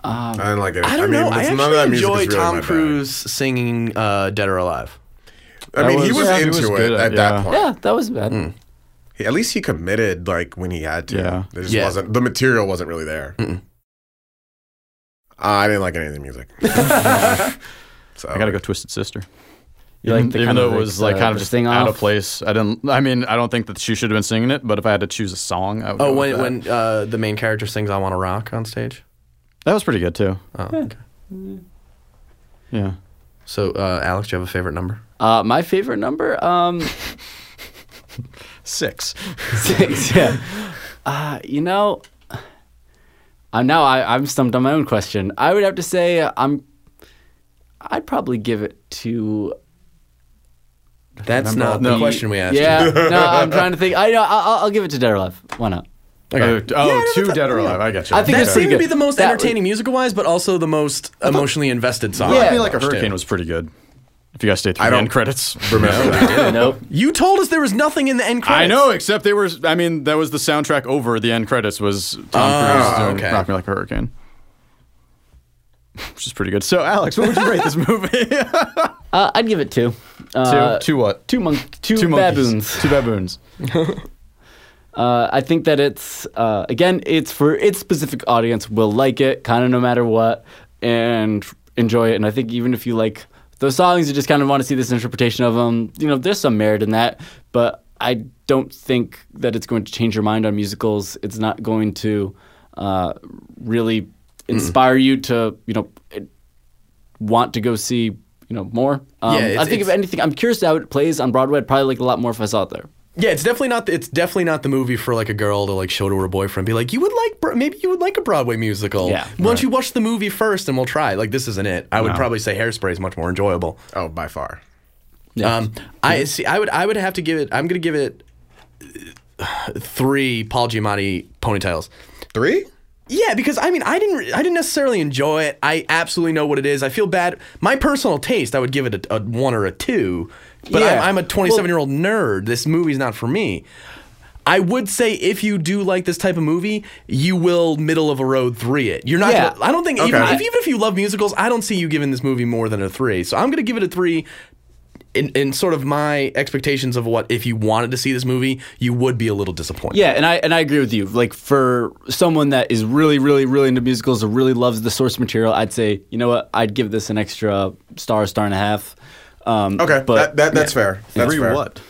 I didn't like it.
I don't
mean,
know. I
it's-
actually
none of that music
enjoy
is really my
Tom
bag.
Cruise singing uh, "Dead or Alive."
I mean, he
was-
was
yeah, he
into
was
it
good at-
at
yeah.
that point.
Yeah, that was bad.
He, at least he committed like when he had to.
Yeah.
There just
Yeah.
wasn't the material wasn't really there. Uh, I didn't like any of the music.
Oh,
so
I gotta go Twisted Sister.
You
even
like the
even
kind
though
of
it
the-
was like
the-
kind of
the
just
thing
out of
off?
place. I didn't. I mean, I don't think that she should have been singing it. But if I had to choose a song, I would
Oh,
go with
when
that.
when uh, the main character sings "I Want to Rock" on stage.
that was pretty good too.
Oh, okay.
Yeah.
So, uh, Alex, do you have a favorite number?
Uh, my favorite number, um,
Six.
six. Yeah. Uh, you know, I'm now I, I'm stumped on my own question. I would have to say uh, I'm. I'd probably give it to.
That's not the
No.
question we asked.
Yeah, no, I'm trying to think. I know. I'll, I'll give it to Dead or Alive. Why not?
Oh, two
that's-
Dead or Alive. I got you.
I think
That
it's
seemed
pretty good.
to be the most
That-
entertaining musical wise, but also the most emotionally invested song.
Yeah.
I feel like a
Watched it.
hurricane was pretty good. If you guys stayed through
I
the
don't-
end credits.
remember that.
Nope.
You told us there was nothing in the end credits.
I know, except they were. I mean, that was the soundtrack over the end credits was Tom
Oh,
Cruise doing
okay.
"Rock Me Like a Hurricane," which is pretty good. So, Alex, what would you rate this movie? two,
Uh, I'd give it two. Uh,
two what?
Two monk. Two,
two monkeys.
baboons.
Two baboons.
Uh, I think that it's uh, again, it's for its specific audience will like it, kind of no matter what, and enjoy it. And I think even if you like those songs, you just kind of want to see this interpretation of them. You know, there's some merit in that, but I don't think that it's going to change your mind on musicals. It's not going to uh,
Mm.
really inspire you to, you know, want to go see, you know, more. Um,
Yeah, it's-
I think if
it's-
anything, I'm curious how it plays on Broadway. I'd probably like it a lot more if I saw it there.
Yeah, it's definitely not. The, it's definitely not the movie for like a girl to like show to her boyfriend. Be like, you would like, Bro- maybe you would like a Broadway musical.
Yeah.
Why don't you watch the movie first and we'll try? Like, this isn't it. I would probably say Hairspray is much more enjoyable.
Oh, by far.
Um, I see. I would. I would have to give it. I'm gonna give it uh, three Paul Giamatti ponytails.
Three?
Yeah, because I mean, I didn't. re- I didn't necessarily enjoy it. I absolutely know what it is. I feel bad. My personal taste, I would give it a, a one or a two. But
Yeah.
I'm, I'm a 27 year old nerd. This movie's not for me. I would say if you do like this type of movie, you will middle of a road three it. You're not.
Yeah.
Gonna, I don't think even,
Okay.
if, even if you love musicals, I don't see you giving this movie more than a three. So I'm gonna give it a three. In, in sort of my expectations of what if you wanted to see this movie, you would be a little disappointed.
Yeah, and I and I agree with you. Like for someone that is really, really, really into musicals or really loves the source material, I'd say you know what? I'd give this an extra star, star and a half. Um,
Okay,
but
that, that that's fair. That's
Three
fair.
what?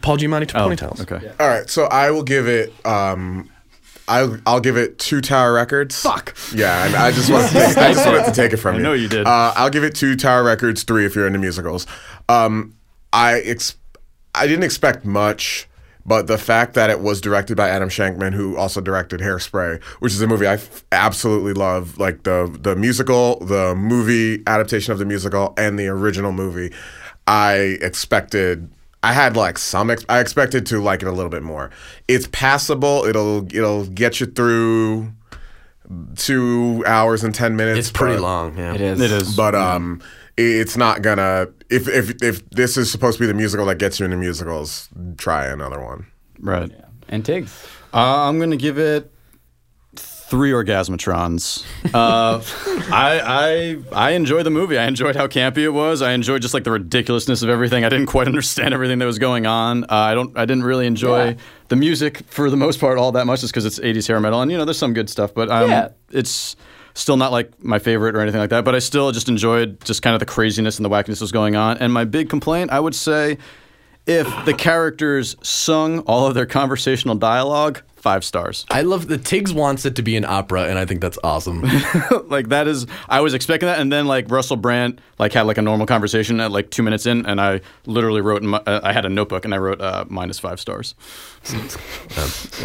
Paul Giamatti to ponytails.
Okay.
All right, so I will give it. Um, I'll I'll give it two Tower Records. Fuck. Yeah, I, I just wanted to take, I just wanted to take it from
I
you.
know you did.
Uh, I'll give it two Tower Records, three if you're into musicals. Um, I ex- I didn't expect much, but the fact that it was directed by Adam Shankman, who also directed Hairspray, which is a movie I f- absolutely love, like the the musical, the movie adaptation of the musical, and the original movie. I expected. I had like some. Ex- I expected to like it a little bit more. It's passable. It'll it'll get you through two hours and ten minutes.
It's pretty
but-
long. Yeah.
it is.
It is.
but um, i- it's not gonna. If if if this is supposed to be the musical that gets you into musicals, try another one.
right.
And Tiggs.
Uh, I'm gonna give it three orgasmatrons. Uh, I I I enjoy the movie. I enjoyed how campy it was. I enjoyed just like the ridiculousness of everything. I didn't quite understand everything that was going on. Uh, I don't. I didn't really enjoy
Yeah.
the music for the most part all that much, just because it's 80s hair metal and you know there's some good stuff, but um,
Yeah.
it's still not like my favorite or anything like that. But I still just enjoyed just kind of the craziness and the wackiness that was going on. And my big complaint, I would say, if the characters sung all of their conversational dialogue, five stars.
I love the Tiggs wants it to be an opera, and I think that's awesome.
like that is I was expecting that, and then like Russell Brand like had like a normal conversation at like two minutes in, and I literally wrote in my, uh, I had a notebook and I wrote uh, minus five stars.
All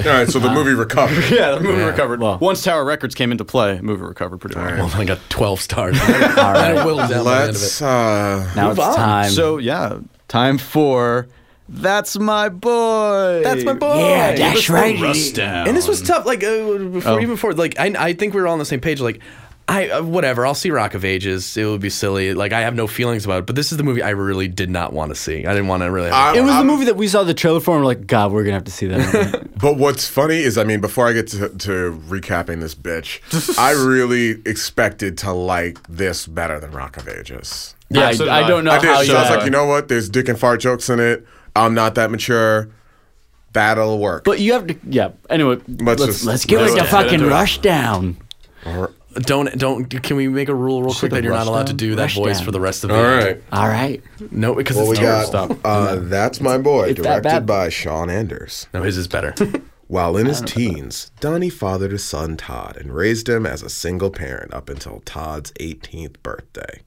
right, so the movie recovered.
Yeah, the movie recovered. Once Tower Records came into play, movie recovered pretty well.
well, I got twelve stars. I whittled down by the end of
Let's.
it.
Uh,
Now it's time.
So yeah, time for that's my boy.
That's my boy.
yeah,
This
that's
was
right.
Rust down.
And this was tough. Like uh, before, even before, like I, I think we were all on the same page. Like, I uh, whatever. I'll see Rock of Ages. It would be silly. Like I have no feelings about it. But this is the movie I really did not want to see. I didn't want to really.
I-
It was the
I'm-
movie that we saw the trailer for, and we're like, God, we're gonna have to see that.
But what's funny is, I mean, before I get to, to recapping this bitch, I really expected to like this better than Rock of Ages.
Yeah,
I,
so did
I
I.
don't know
I did.
how
so
you.
I was like, you know what? There's dick and fart jokes in it. I'm not that mature. That'll work.
But you have to, yeah. Anyway, let's
Let's
let's,
just-
give
let's
it a
just
fucking rush down.
All
Don't don't. Can we make a rule real quick
like
that
a
you're not
rush
allowed to
down-
do that
rush
voice
down.
for the rest of the
right.
All right,
No, because
Well, we
it's
got
stop.
Uh, That's My Boy,
It's that bad.
directed by Sean Anders.
No, his is better.
While in his teens, Donnie fathered his son Todd and raised him as a single parent up until Todd's 18th birthday.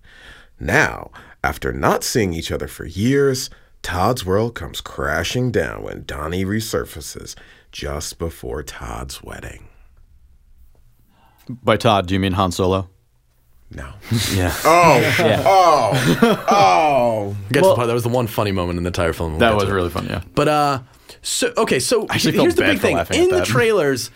Now, after not seeing each other for years, Todd's world comes crashing down when Donnie resurfaces just before Todd's wedding.
By Todd, do you mean Han Solo?
No.
Yeah.
Oh,
Yeah.
oh, oh.
Get to the part- that was the one funny moment in the entire film. We'll
That
get
was
to it.
really fun, yeah.
But uh, so okay, so
actually felt
here's the
bad
big
for
thing
laughing at
in the
that.
trailers.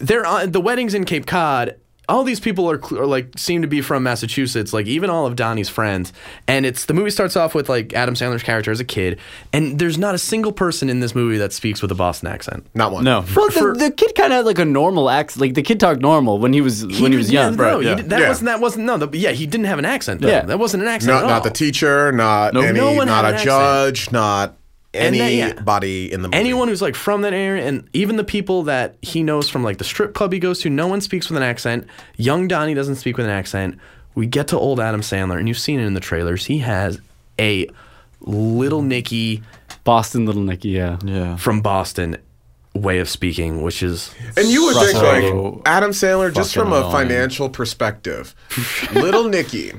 They're on the weddings in Cape Cod. All these people are, cl- are like seem to be from Massachusetts. Like even all of Donnie's friends, and it's the movie starts off with like Adam Sandler's character as a kid, and there's not a single person in this movie that speaks with a Boston accent.
Not one.
No.
Well, the, the kid kind of had like a normal accent. Like the kid talked normal when he was when he was young.
no,
Right,
he
yeah.
did- that
Yeah.
wasn't that wasn't no. The, yeah, he didn't have an accent. Though.
Yeah.
that wasn't an accent.
Not,
at
not the
all.
teacher, not any,
No one had
not
an
a
accent.
judge, not
And that- yeah.
anybody in the movie.
anyone who's like from that area and even the people that he knows from like the strip club he goes to no one speaks with an accent young donnie doesn't speak with an accent we get to old adam sandler and you've seen it in the trailers he has a little nicky
Boston Little Nicky, yeah.
Yeah.
from boston way of speaking which is
And you would think
Russell-
like Adam Sandler, just
Fucking
from a
annoying.
financial perspective, Little Nicky.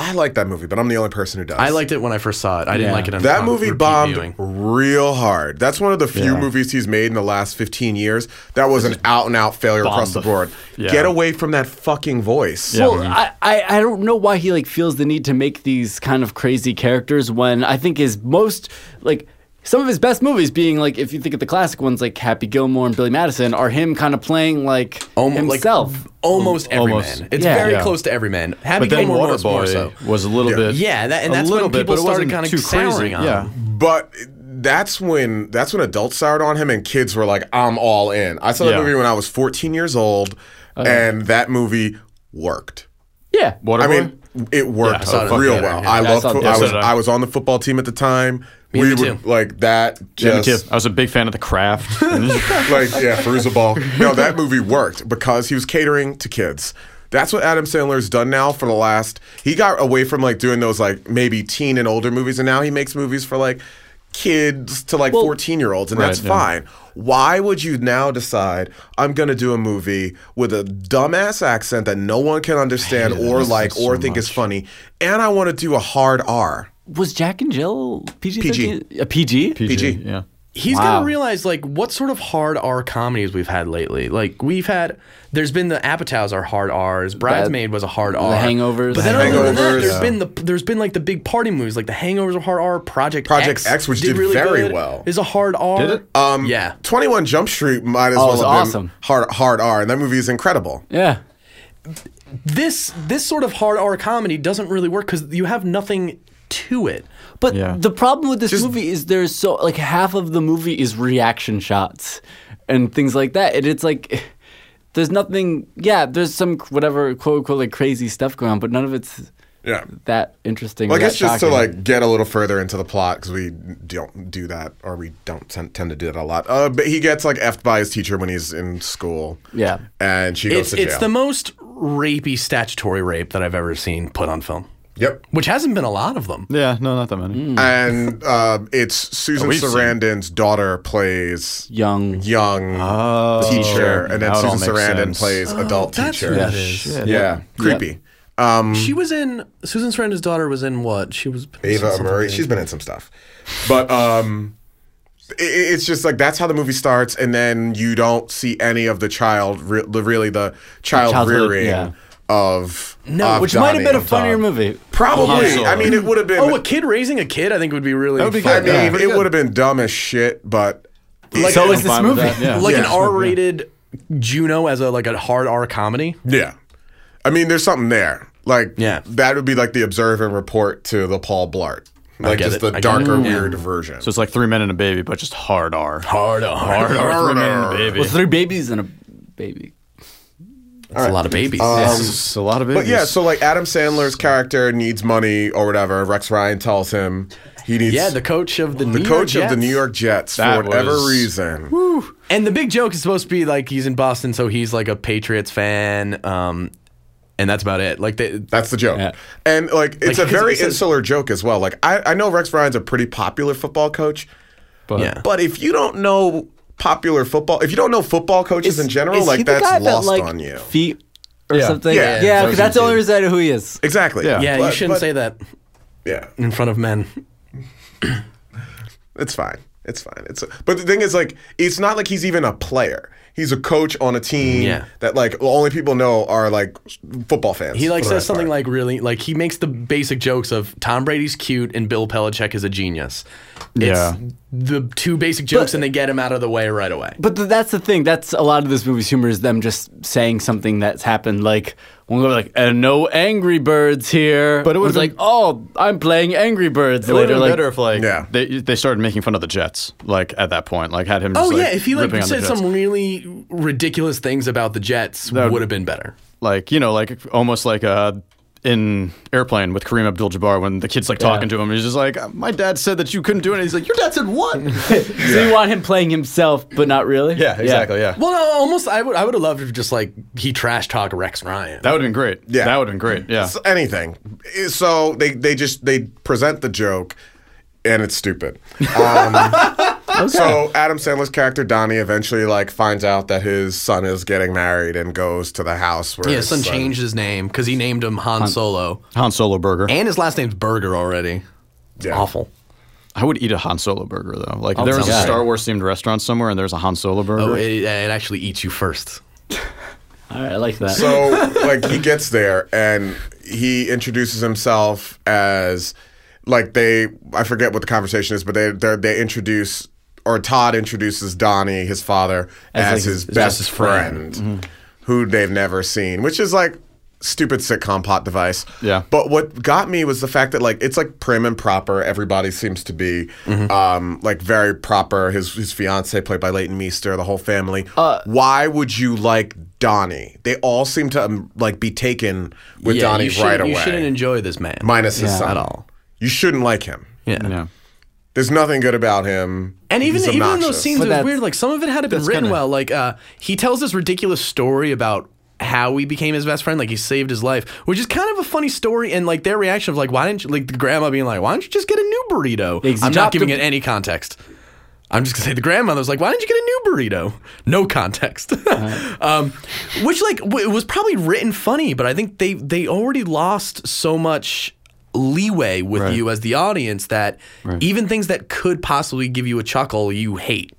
I like that movie, but I'm the only person who does.
i liked it when i first saw it i didn't
Yeah.
like it on,
that
on
movie.
repeat
Bombed
viewing.
real hard. That's one of the few
Yeah.
movies he's made in the last 15 years that was an out and out failure across the
the f-
board.
yeah.
Get away from that fucking voice.
Well, I, I, I don't know why he like feels the need to make these kind of crazy characters when I think his most like some of his best movies being like if you think of the classic ones like Happy Gilmore and Billy Madison are him kind of playing like
Almo- like,
himself.
almost every
Almost.
man it's
Yeah.
very
Yeah.
close to every man happy
But then
gilmore was more so
Waterboy was a little bit.
yeah that, and
a
that's
little
when
bit,
people
but it
started
wasn't
kind of
too
souring
crazy.
on
yeah.
him
But that's when that's when adults soured on him and kids were like, I'm all in. I saw that
Yeah. Uh-huh.
movie when I was 14 years old, and that movie worked.
Yeah.
Waterboy?
I mean, it worked
saw it on
real
theater,
well.
yeah.
I
Yeah, I
loved.
saw it
fo-
there.
I was
Yeah.
I was on the football team at the time.
and
we
me
would
too.
like that.
Me
Just
too. I was a big fan of The Craft.
like yeah, Fruza Ball. No, that movie worked because he was catering to kids. That's what Adam Sandler's done now for the last. He got away from like doing those like maybe teen and older movies, and now he makes movies for like kids to like 14 year olds, and that's
yeah.
fine. Why would you now decide I'm gonna do a movie with a dumbass accent that no one can understand or like or think is funny, and I want to do a hard R?
Was Jack and Jill PG?
PG.
A PG?
PG.
Yeah.
He's
Wow.
gonna realize like what sort of hard R comedies we've had lately. Like we've had, there's been the Apatow's are hard R's. Bridesmaid was a hard R.
Hangovers.
But then other than that,
Hangovers.
there's
Yeah.
been the there's been like the big party movies, like the Hangovers are hard R. Project
Project X, which did very
good,
well.
Is a hard R.
Did it?
Um, yeah.
21 Jump Street might as
Oh,
well
it's
have
awesome.
been hard hard R, and that movie is incredible.
Yeah.
This this sort of hard R comedy doesn't really work because you have nothing to it.
But
Yeah.
the problem with this movie is there's so like half of the movie is reaction shots and things like that, and it's like there's nothing. Yeah, there's some whatever quote unquote like crazy stuff going on, but none of it's
Yeah.
that interesting. or
Well, I guess
that
just to
shocking.
like get a little further into the plot because we don't do that, or we don't tend, tend to do that a lot. Uh, but he gets like effed by his teacher when he's in school.
Yeah.
and she goes
It's
to jail.
it's the most rapey statutory rape that I've ever seen put on film,
yep,
which hasn't been a lot of them.
Yeah, no, not that
Mm.
many.
and uh, it's Susan
We've seen-
Sarandon's daughter plays
young.
young
Oh,
teacher, and then
now it all
Susan
makes
Sarandon
sense.
plays adult
That's
teacher.
what
Yeah,
it is.
creepy.
She was in Susan Sarandon's daughter was in what? She was
Ava Murray. She's been in some stuff, but um, i- i it's just like that's how the movie starts, and then you don't see any of the child, re- the- really the child
childhood,
rearing
yeah.
of
No,
of
which might have
Donnie.
been a funnier movie.
Probably,
Oh,
I mean, it would have been.
Oh, a kid raising a kid, I think would be really
would be
I
fun.
mean,
Yeah, pretty
it
good.
would have been dumb as shit, but
So
is this movie.
Yeah.
Like an
Yeah.
R-rated Juno as a like a hard R comedy.
yeah, I mean, there's something there. Like,
Yeah.
that would be like the observe and report to the Paul Blart, like
get
just
it. I
the
get
darker,
it. Yeah.
weird version.
so it's like Three Men and a Baby, but just hard R.
Hard R.
Hard R. Three Men and a Baby.
Well, three babies and a baby.
That's a lot of babies.
Uh, Um,
It's a lot of babies.
But yeah, so like Adam Sandler's character needs money or whatever. Rex Ryan tells him He needs
Yeah, the coach of the,
the
New
coach
York
of the New
Jets.
York Jets
That
for whatever
was-
reason.
And the big joke is supposed to be like he's in Boston, so he's like a Patriots fan, um, and that's about it. Like they,
That's the joke.
Yeah.
And like it's
Like,
a very
it's a-
insular joke as well. Like I, I know Rex Ryan's a pretty popular football coach,
But
yeah.
but if you don't know popular football, if you don't know football coaches in general, like that's lost on you.
Feet or
Yeah.
something.
Yeah,
Yeah,
yeah,
okay, that's the only reason I know who he is.
Exactly.
Yeah.
yeah, you
But-
shouldn't
but-
say that
Yeah.
in front of men.
It's fine. It's fine. It's but the thing is like it's not like he's even a player. He's a coach on a team
Yeah.
that like only people know are like football fans.
He like
for the
says
most
something like
part.
really like he makes the basic jokes of Tom Brady's cute and Bill Belichick is a genius. It's
Yeah.
the two basic jokes and they get him out of the way right away.
But th- that's the thing. That's a lot of this movie's humor is them just saying something that's happened. Like one guy was like, and no Angry Birds here.
But it
was
would've
like, oh, I'm playing Angry Birds
It would
later.
have been
Like,
better if like
Yeah.
they they started making fun of the Jets like at that point like had him. Just,
Oh yeah, if he like
ripping on the
said
Jets.
some really ridiculous things about the Jets,
That-
would have been better.
like you know like almost like uh in airplane with Kareem Abdul-Jabbar when the kid's like talking to him he's just like my dad said that you couldn't do it and he's like your dad said what
so you want him playing himself, but not really.
yeah,
Well, no, almost I would I would have loved if just like he trash talked Rex Ryan.
that would have been great
Yeah.
that would have been great yeah
S- anything. So they they just they present the joke, and it's stupid. Um, So Adam Sandler's character Donnie eventually like finds out that his son is getting married and goes to the house where
yeah, his
his
son changed his name because he named him Han, Solo,
Han Solo burger
and his last name's Burger already.
Yeah.
Awful.
I would eat a Han Solo burger though like if there was a
Oh, sounds
Star
good.
Wars themed restaurant somewhere and there's a Han Solo burger
Oh, it, it actually eats you first.
All right, I like that.
So like he gets there and he introduces himself as like they I forget what the conversation is, but they they're- they introduce or Todd introduces Donnie, his father, as,
like,
his, best friend, who they've never seen, which is like stupid sitcom plot device.
Yeah.
But what got me was the fact that like it's like prim and proper. Everybody seems to be
Mm-hmm.
um, like very proper. His his fiance played by Leighton Meester, the whole family.
Uh,
Why would you like Donnie? They all seem to um, like be taken with
yeah,
Donnie
you shouldn't-
right away.
You shouldn't enjoy this man.
minus his son
at all.
You shouldn't like him.
Yeah.
yeah
There's nothing good about him.
And even
He's
even in those
obnoxious.
scenes,
But
it was
that's-
weird. Like some of it had to been written
kinda-
well. Like uh, he tells this ridiculous story about how he became his best friend. Like he saved his life, which is kind of a funny story. And like their reaction of like, why didn't you, like the grandma being like, why don't you just get a new burrito?
Ex-
I'm
adopt
not giving
a-
it any context. I'm just gonna say the grandmother was like, why didn't you get a new burrito? No context. um, which like w- it was probably written funny, but I think they they already lost so much leeway with you as the audience that even things that could possibly give you a chuckle you hate.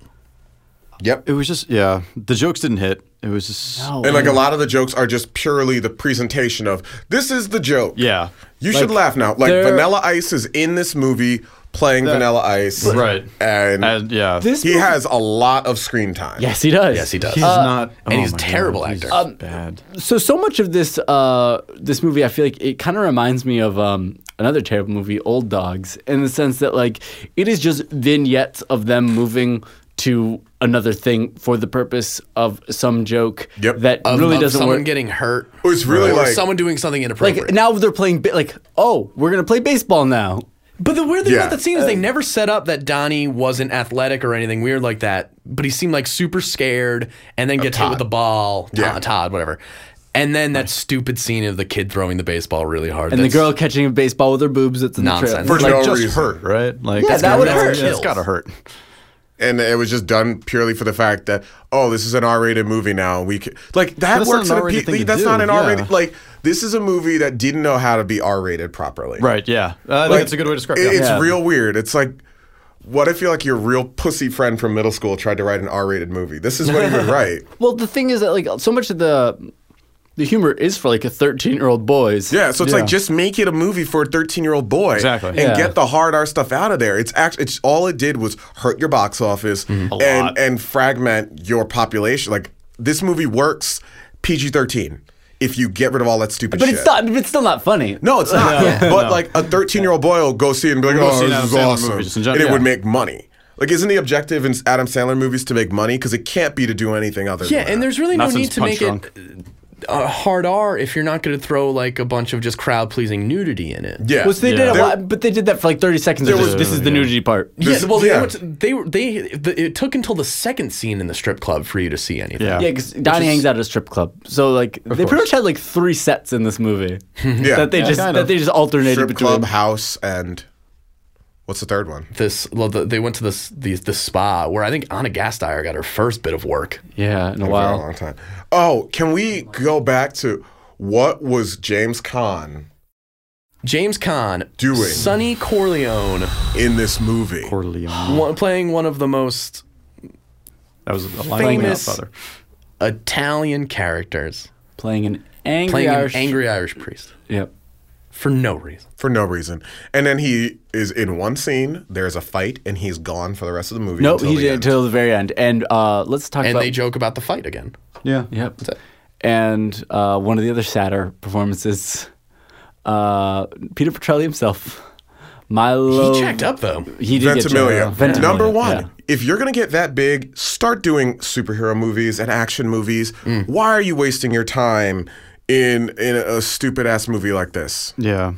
Yep.
it was just yeah the jokes didn't hit it was just
No.
And like a lot of the jokes are just purely the presentation of this is the joke.
yeah
You should laugh now. Like
there-
Vanilla Ice is in this movie playing Vanilla Ice.
Right.
And
And, yeah
this
he
movie-
has a lot of screen time.
yes, he does.
Yes, Uh, he does.
he's not Oh
and he's a
my
terrible
Uh, he's
actor.
just bad
So so much of this uh, this movie, I feel like it kind of reminds me of um, another terrible movie, Old Dogs, in the sense that like it is just vignettes of them moving to another thing for the purpose of some joke
Yep.
that
Of-
really
of
doesn't
someone
work.
getting hurt.
Oh, It's really
or
like-
someone doing something inappropriate.
like now they're playing ba- like oh we're gonna play baseball now.
But the weird thing
Yeah.
about that scene
Uh,
is they never set up that Donnie wasn't athletic or anything weird like that, but he seemed like super scared and then gets hit with the ball. Todd,
Yeah.
Todd, whatever. And then that stupid scene of the kid throwing the baseball really hard.
And the
that's-
girl catching a baseball with her boobs. That's in
Nonsense.
The
For
trailer.
like
no
just
reason.
hurt right like
Yeah, that would
gotta-
hurt.
that's
Kills.
gotta hurt
And it was just done purely for the fact that, oh, this is an R rated movie now. We could, like, that
That's not
works
an
in a
R-rated
P-
thing to
That's
do,
not an
yeah.
R rated. Like, this is a movie that didn't know how to be R rated properly.
Right. Yeah. Uh, I think
Like,
it's a good way to describe
it-
it.
It's
yeah.
real weird. It's like, what if you like your real pussy friend from middle school tried to write an R rated movie? This is what he would write.
Well, the thing is that like so much of the the humor is for like a thirteen year old boys.
Yeah, so it's
Yeah.
like just make it a movie for a 13 year old boy,
Exactly.
and
Yeah.
get the hard R stuff out of there. It's actually it's all it did was hurt your box office and
Mm-hmm. lot.
and fragment your population. Like this movie works PG 13 if you get rid of all that stupid
but
shit.
it's not. but It's still not funny.
No, it's not. But like a 13 year old boy will go see it and be like,
We'll go
oh,
see an
this
Adam
is
Sandler
awesome,
movie just in general.
and it would
Yeah.
make money. Like, isn't the objective in Adam Sandler movies to make money? Because it can't be to do anything other.
Yeah,
than
and
that.
there's really no
Nothing's
need to make
punch
it a hard R if you're not going to throw like a bunch of just crowd pleasing nudity in it.
Yeah.
Well, so they did a
There-
lot, but they did that for like 30 seconds.
There
of
was-
just,
This is the nudity part.
This-
yeah, well,
yeah.
they, were they, they the, it took until the second scene in the strip club for you to see anything.
Yeah.
Yeah, because Donnie hangs out at a strip club, so like they pretty much had like three sets in this movie
Yeah.
that they
Yeah,
just
kind
that
of.
they just alternated
Strip
between.
club, house, and what's the third one?
This well, the, they went to this the, the spa where I think Anna Gasteyer got her first bit of work.
Yeah, in a
For a long time. Oh, can we go back to what was James Caan
James Caan
Doing.
Sonny Corleone
in this movie?
Corleone.
one, playing one of the most
That was a line from
famous
Godfather.
Italian characters
playing an angry
playing
Irish.
an angry Irish priest
Yep.
for no reason.
For no reason. And then he is in one scene, there's a fight, and he's gone for the rest of the movie.
No,
until
he
the
did
end.
until the very end, and uh, let's talk
And
about.
they joke about the fight again.
Yeah.
yep. And uh, one of the other sadder performances, uh, Peter Petrelli himself, Milo.
He checked up though.
He did get
Ventimiglia.
checked up.
Number
Ventimiglia,
one,
yeah.
if you're going to get that big, start doing superhero movies and action movies.
Mm.
Why are you wasting your time in in a stupid ass movie like this?
Yeah.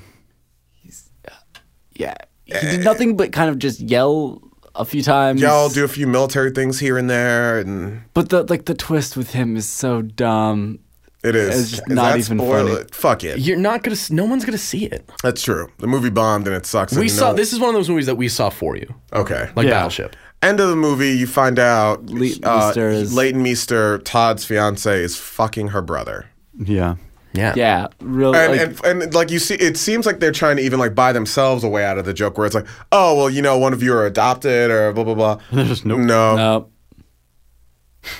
Yeah. He did nothing but kind of just yell a few times.
Y'all do a few military things here and there, and
But the like the twist with him is so dumb.
it is.
It's just
Is
not
that
even
spoil
funny.
it? Fuck it.
You're not gonna. s- No one's gonna see it.
That's true. The movie bombed and it sucks.
We
and
saw.
no-
This is one of those movies that we saw for you,
Okay.
like
Yeah.
Battleship.
End of the movie, you find out
Le-
uh,
Meester is-
Leighton Meester, Todd's fiance, is fucking her brother.
Yeah.
Yeah.
Yeah, really.
And,
like,
and and like you see, it seems like they're trying to even like buy themselves a way out of the joke, where it's like, oh well, you know, one of you are adopted or blah blah blah.
There's no.
No,
uh,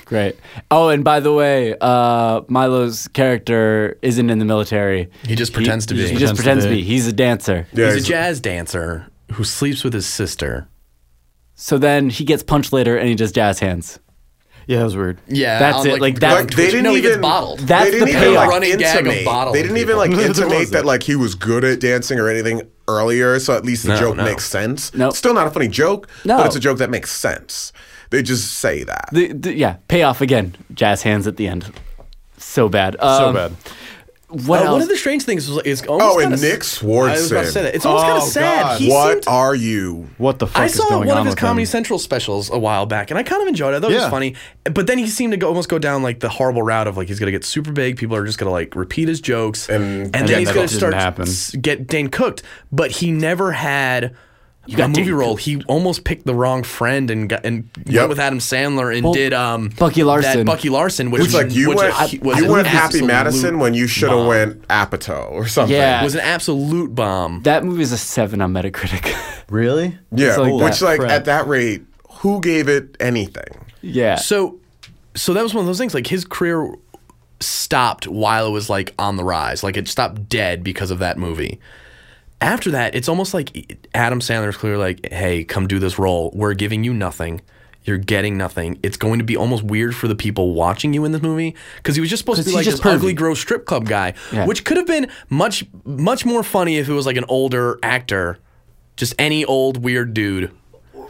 great. Oh, and by the way, uh, Milo's character isn't in the military.
He just pretends to be.
He just pretends to be. He's a dancer.
yeah,
He's a
he's-
jazz dancer who sleeps with his sister.
So then he gets punched later, and he does jazz hands.
Yeah, that was weird.
Yeah,
That's
on,
it, like, that's-
Twitch.
They didn't
no, he
even-
gets bottled.
That- That's
they didn't
the
even
payoff.
like
Running gag of
intimate.
bottling
They didn't even like
people.
intimate
wasn't.
that like he was good at dancing or anything earlier, so at least the
No,
joke
no.
makes sense.
No.
It's Still not a funny joke,
No.
but it's a joke that makes sense. They just say that.
The, the, yeah, payoff again. Jazz hands at the end. So bad. Um,
bad.
What
Uh,
else?
one of the strange things is, is almost
Oh,
kinda
and
s-
Nick Swartzen.
I was about to say that. It's almost kind of
Oh,
sad.
God.
He
what
seemed-
are you?
What the fuck
I
is
saw
going
one
on
of his
with
Comedy
him?
Central specials a while back, and I kind of enjoyed it. I thought it was
Yeah.
funny. But then he seemed to go, almost go down like the horrible route of like he's gonna get super big. People are just gonna like repeat his jokes,
And-
then
and
he's
that
gonna
didn't
start
happen.
s- get Dane cooked. But he never had. a
got
movie
Dane
role. He almost picked the wrong friend and got and
Yep.
went with Adam Sandler and did um
Bucky Larson.
That Bucky Larson, which
It's like you
which
went,
was- was
you
an
went Happy
absolute
Madison when you should have
bomb.
went Apatow or something.
Yeah.
was an absolute bomb.
that movie is a seven on Metacritic.
Really?
yeah.
like
which
that
like
crap.
at that rate, who gave it anything?
yeah.
So, so that was one of those things. Like his career stopped while it was like on the rise. Like it stopped dead because of that movie. After that, it's almost like Adam Sandler's clear. Like, hey, come do this role. We're giving you nothing. You're getting nothing. It's going to be almost weird for the people watching you in this movie because he was just supposed to
'Cause
be
he's
like
just
this
pervy.
ugly, gross strip club guy, which could have been much, much more funny if it was like an older actor, just any old weird dude.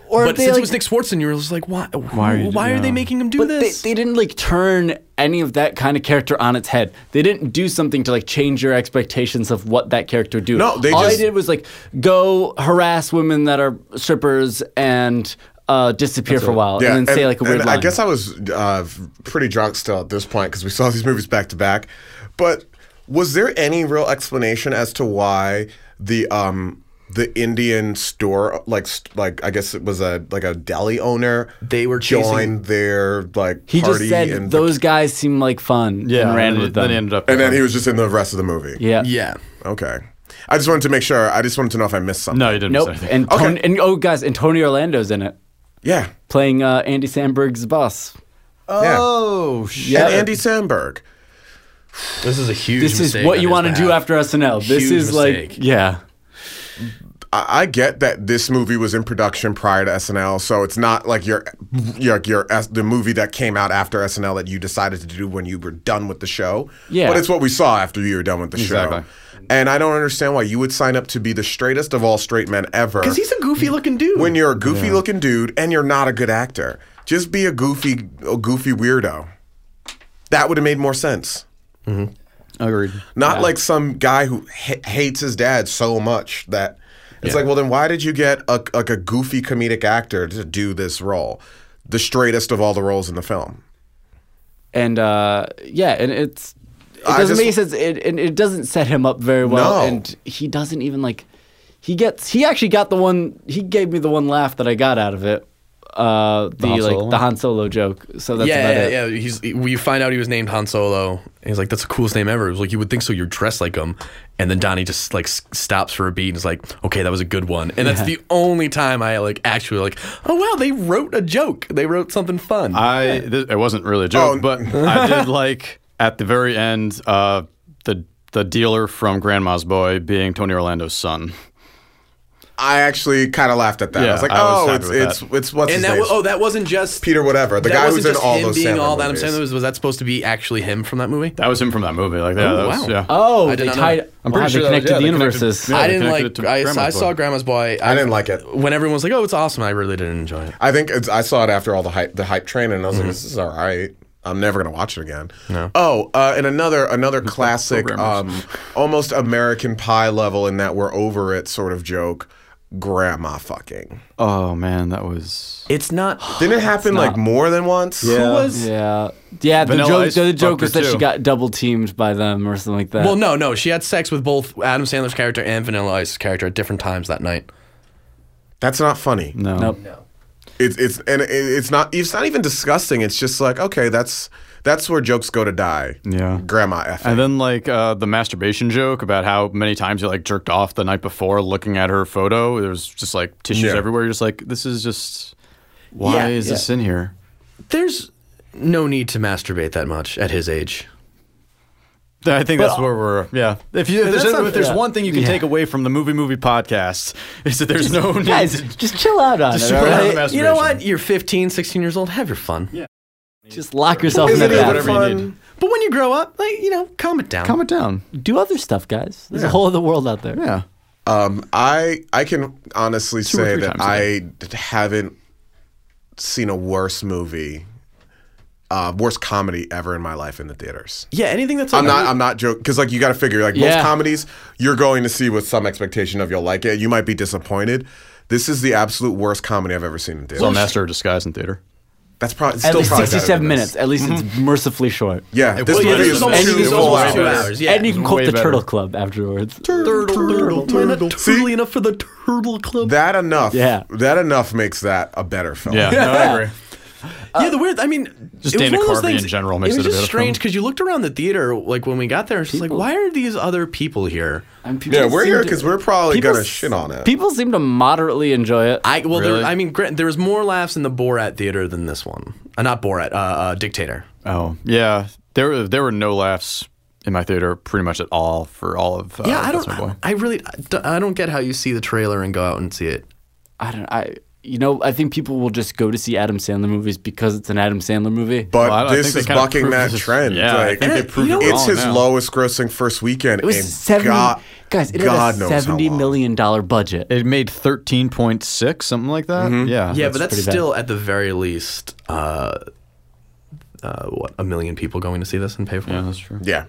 Or
but
they,
since
like-
it was Nick Swartzen, you were just like, why? Why
are
are,
you-
they
yeah.
making him do
But they,
this?
they didn't like turn any of that kind of character on its head. They didn't do something to like change your expectations of what that character would do.
No, they
all
just-
they did was like go harass women that are strippers and uh, disappear for a while,
Yeah,
and then say like a weird
and
line.
I guess I was uh, pretty drunk still at this point because we saw these movies back to back. But was there any real explanation as to why the um the Indian store like st- like I guess it was a like a deli owner
They were chasing-
joined their like
he
party
just said
and
those guys seem like fun.
Yeah.
and ran
and
with
then
them.
he ended up.
and then he was just in the rest of the movie.
yeah.
yeah.
Okay. I just wanted to make sure. I just wanted to know if I missed something.
No, he didn't.
Nope.
say anything.
And, Tony, and oh, guys, and Tony Orlando's in it
Yeah.
playing uh, Andy Sandberg's boss.
oh shit!
And Andy Sandberg.
This is a huge.
This is what you want to do after SNL. This
Huge
is
mistake.
like yeah.
I I get that this movie was in production prior to SNL, so it's not like your, your, your S- the movie that came out after SNL that you decided to do when you were done with the show.
Yeah.
but it's what we saw after you were done with the
Exactly.
show. And I don't understand why you would sign up to be the straightest of all straight men ever.
Because he's a goofy looking dude.
when you're a goofy looking dude and you're not a good actor, just be a goofy, a goofy weirdo. That would have made more sense.
Agreed.
Not like some guy who ha- hates his dad so much that it's like, well, then why did you get a, like a goofy comedic actor to do this role, the straightest of all the roles in the film?
and uh, yeah, and it's it
I
doesn't
just-
make sense. It, and it doesn't set him up very well,
No.
and he doesn't even like. He gets. He actually got the one. He gave me the one laugh that I got out of it. Uh, the,
Han
like
Solo
the
one?
Han Solo joke. So that's
yeah,
about
yeah,
it.
yeah. He's we find out he was named Han Solo. and He's like, that's the coolest name ever. It was like you would think so. You're dressed like him, and then Donnie just like s- stops for a beat and is like, okay, that was a good one. And that's the only time I like actually like, oh wow, they wrote a joke. They wrote something fun.
I th- it wasn't really a joke,
Oh.
but I did like at the very end uh, the the dealer from Grandma's Boy being Tony Orlando's son.
I actually kind of laughed at that. I
Yeah,
was like,
I was
oh,
happy
it's
with
it's it's what's
and
his
that
name?
wa- oh, that wasn't just
Peter whatever, the
that
guy who's
wasn't
in
just
all
him
those
being
Sandler
all that. I'm
movies.
saying was, was that supposed to be actually him from that movie?
That was him from that movie. Like yeah,
Oh,
that was,
wow.
yeah.
Oh,
I did
they
not know
tied.
that.
I'm
wow,
pretty
they
sure that-
connected
yeah,
the
they connected-
universes.
yeah.
I
they
didn't like.
connected it to
I, I
Grandma's
saw
Boy.
Grandma's Boy.
I didn't like it.
When everyone was like, "Oh, it's awesome," I really didn't enjoy it.
I think it's, I saw it after all the hype, the hype train, and I was
Mm-hmm.
like, "This is all right. I'm never gonna watch it again." Oh, uh, and another another classic, um, almost American Pie level in that we're over it sort of joke. Grandma fucking.
Oh man, that was
It's not.
Didn't it happen like more than once?
Who was?
Yeah, yeah. The
Vanilla
joke.
Ice
The
fucked
joke
her
was that she
too.
got double teamed by them or something like that.
Well, no, no. She had sex with both Adam Sandler's character and Vanilla Ice's character at different times that night.
That's not funny.
no.
nope.
It's it's and it, it's not it's not even disgusting. It's just like okay, that's that's where jokes go to die.
Yeah.
Grandma effing.
And then like uh, the masturbation joke about how many times you like jerked off the night before looking at her photo. There was just like tissues
Yeah.
everywhere. You're just like, this is just why
Yeah,
is this in here?
There's no need to masturbate that much at his age.
I think that's where we're. Yeah, if you if there's,
that's not-
if there's
yeah.
one thing you can take away from the movie movie podcast is that there's no need.
Guys,
to-
just chill out on it.
chill
all
out
right?
on it.
You know what? You're 15, 16 years old. Have your fun.
Just lock yourself in
Isn't
the
it
whatever
bathroom.
you
fun?
need.
But when you grow up, like you know, calm it down.
Calm it down.
Do other stuff, guys. There's a whole other world out there.
Yeah.
Um, I I can honestly
or
say
three
that
times a
I d- haven't seen a worse movie, uh, worse comedy ever in my life in the theaters.
yeah, anything that's like,
I'm not. I'm not joking because like you got to figure like
Yeah.
most comedies you're going to see with some expectation of you'll like it. You might be disappointed. This is the absolute worst comedy I've ever seen in
It's
theaters.
on Master of Disguise in theater.
That's probably
At
still
least
probably better than
67
this.
minutes. At least it's mercifully short.
Yeah, this
well, yeah,
movie
this
is
is Mm-hmm. almost
And you can quote
two almost
two
the-
two
hours.
hours. Yeah,
and you can quote
way
the
better.
Turtle Club afterwards.
turtle, turtle, turtle, turtle. enough for the turtle club.
That enough.
Yeah.
That enough makes that a better film.
Yeah, no, I agree.
yeah, the weird. I mean,
Just
it was
Dana
one of those
Carvey in
things-
general makes
it was
it a
just
better
strange
film.
because you looked around the theater like when we got there. It's just like, why are these other people here?
And people
Yeah, we're
seem
here
to-
because we're probably
people
gonna
s-
shit on it.
People seem to moderately enjoy it.
I well,
Really?
there, I mean, gra- there was more laughs in the Borat theater than this one. Uh, not Borat, uh, uh, Dictator.
Oh yeah, there were- there were no laughs in my theater pretty much at all for all of. Uh,
Yeah, I
That's
don't.
My Boy.
I, I really. I don't- I don't get how you see the trailer and go out and see it.
I don't. I. You know, I think people will just go to see Adam Sandler movies because it's an Adam Sandler movie.
But
Well, I don't- I
this
think they
is
kinda
bucking
proved
that
this is-
trend.
yeah, I
like,
think they proved it
it's
wrong
his
now.
lowest grossing first weekend.
it was
and
seventy.
God,
guys, it
God
had
knows
a
how
seventy
long.
million dollar budget.
It made thirteen point six, something like that. Yeah.
Yeah, but that's
pretty bad.
still at the very least, uh, uh, what a million people going to see this and pay for
Yeah,
it.
that's true.
Yeah.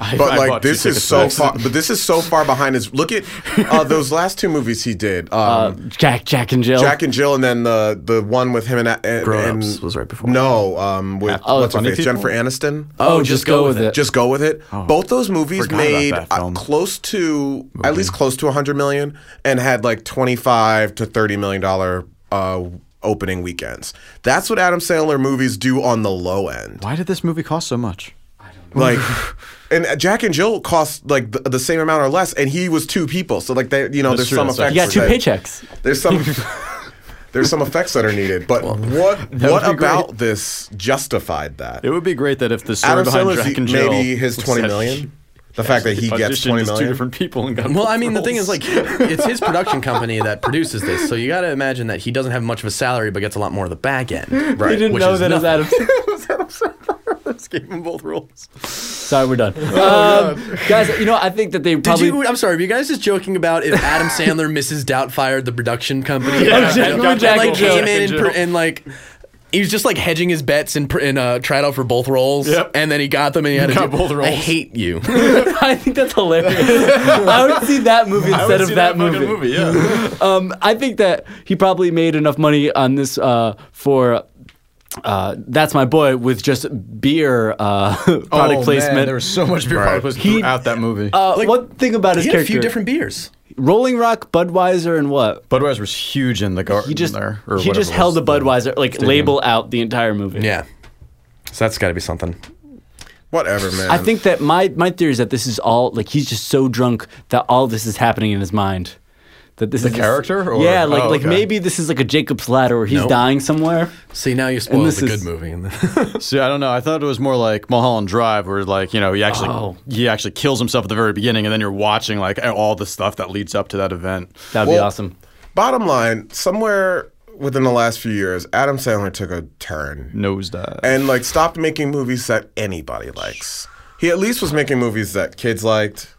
I-
but
I
like
bought two
this is
tickets
so
for
far, but this is so far behind his. Look at uh, those last two movies he did,
Uh,
um,
Jack, Jack and
oh.
Jill.
Jack and Jill, and then the the one with him and, and
Grown Ups
and-
was right before.
No, um, with
Oh,
what's her
Funny
face,
People?
Jennifer Aniston.
oh, just go with it.
Just go with it. Both those movies
forgot about
made
that
uh,
film.
close to at least close to 100 million and had like 25 to 30 million dollar uh, opening weekends. That's what Adam Sandler movies do on the low end.
Why did this movie cost so much?
Like and uh, Jack and Jill cost like the, the same amount or less and he was two people. So like they you know there's
true,
some
that's right.
effects
you got two
that-
paychecks.
there's some there's some effects that are needed, but what what
would be great.
about this justified that?
It would be great that if the story
Adam
behind
Sandler's
Jack
the-
and Jill
maybe his
was
20
that
million. The fact that he gets
auditioned
20
as
million.
two different people and got
Well, I mean, the thing is,
roles.
like, it's his production company that produces this, so you got to imagine that he doesn't have much of a salary, but gets a lot more of the back end.
You
Right.
didn't
Which
know
is
that it was Adam.
Let's give him both roles.
Sorry, we're done. um, guys, you know, I think that they
Oh, Did
probably.
you? I'm sorry. Were you guys just joking about if Adam Sandler, Mrs. Doubtfire, the production company,
Jack-
and,
Jack
like
and
came
Jill.
in and, per- and like he was just like hedging his bets and, pr- and uh, tried out for both roles.
Yep.
And then he got them and he had to
Got
do-
both roles.
I hate you.
I think that's hilarious. I would see that movie
I
instead
would
of
see
that,
fucking movie. Yeah.
um, I think that he probably made enough money on this uh, for. Uh, that's my boy with just beer uh, product
Oh,
placement.
Man, there was so much beer
Right.
product placement
He-
throughout that movie.
uh,
like,
one thing about his
he had
character:
a few different beers.
Rolling Rock, Budweiser, and what?
Budweiser was huge in the garden
He just
there. Or
he
whatever
just
it
held the
was,
Budweiser like label out the entire movie.
Yeah. So that's got to be something.
Whatever, man.
I think that my my theory is that this is all like he's just so drunk that all this is happening in his mind. That this is this-
character or-
yeah, like
oh,
like
okay.
maybe this is like a Jacob's ladder where he's
Nope.
dying somewhere.
See, now you spoiled
this
the
is-
good movie.
See, I don't know. I thought it was more like Mulholland Drive, where like you know he actually
Oh.
he actually kills himself at the very beginning, and then you're watching like all the stuff that leads up to that event.
That'd be
Well,
awesome.
Bottom line, somewhere within the last few years, Adam Sandler took a turn.
Nosedive.
and like stopped making movies that anybody likes. He at least was making movies that kids liked.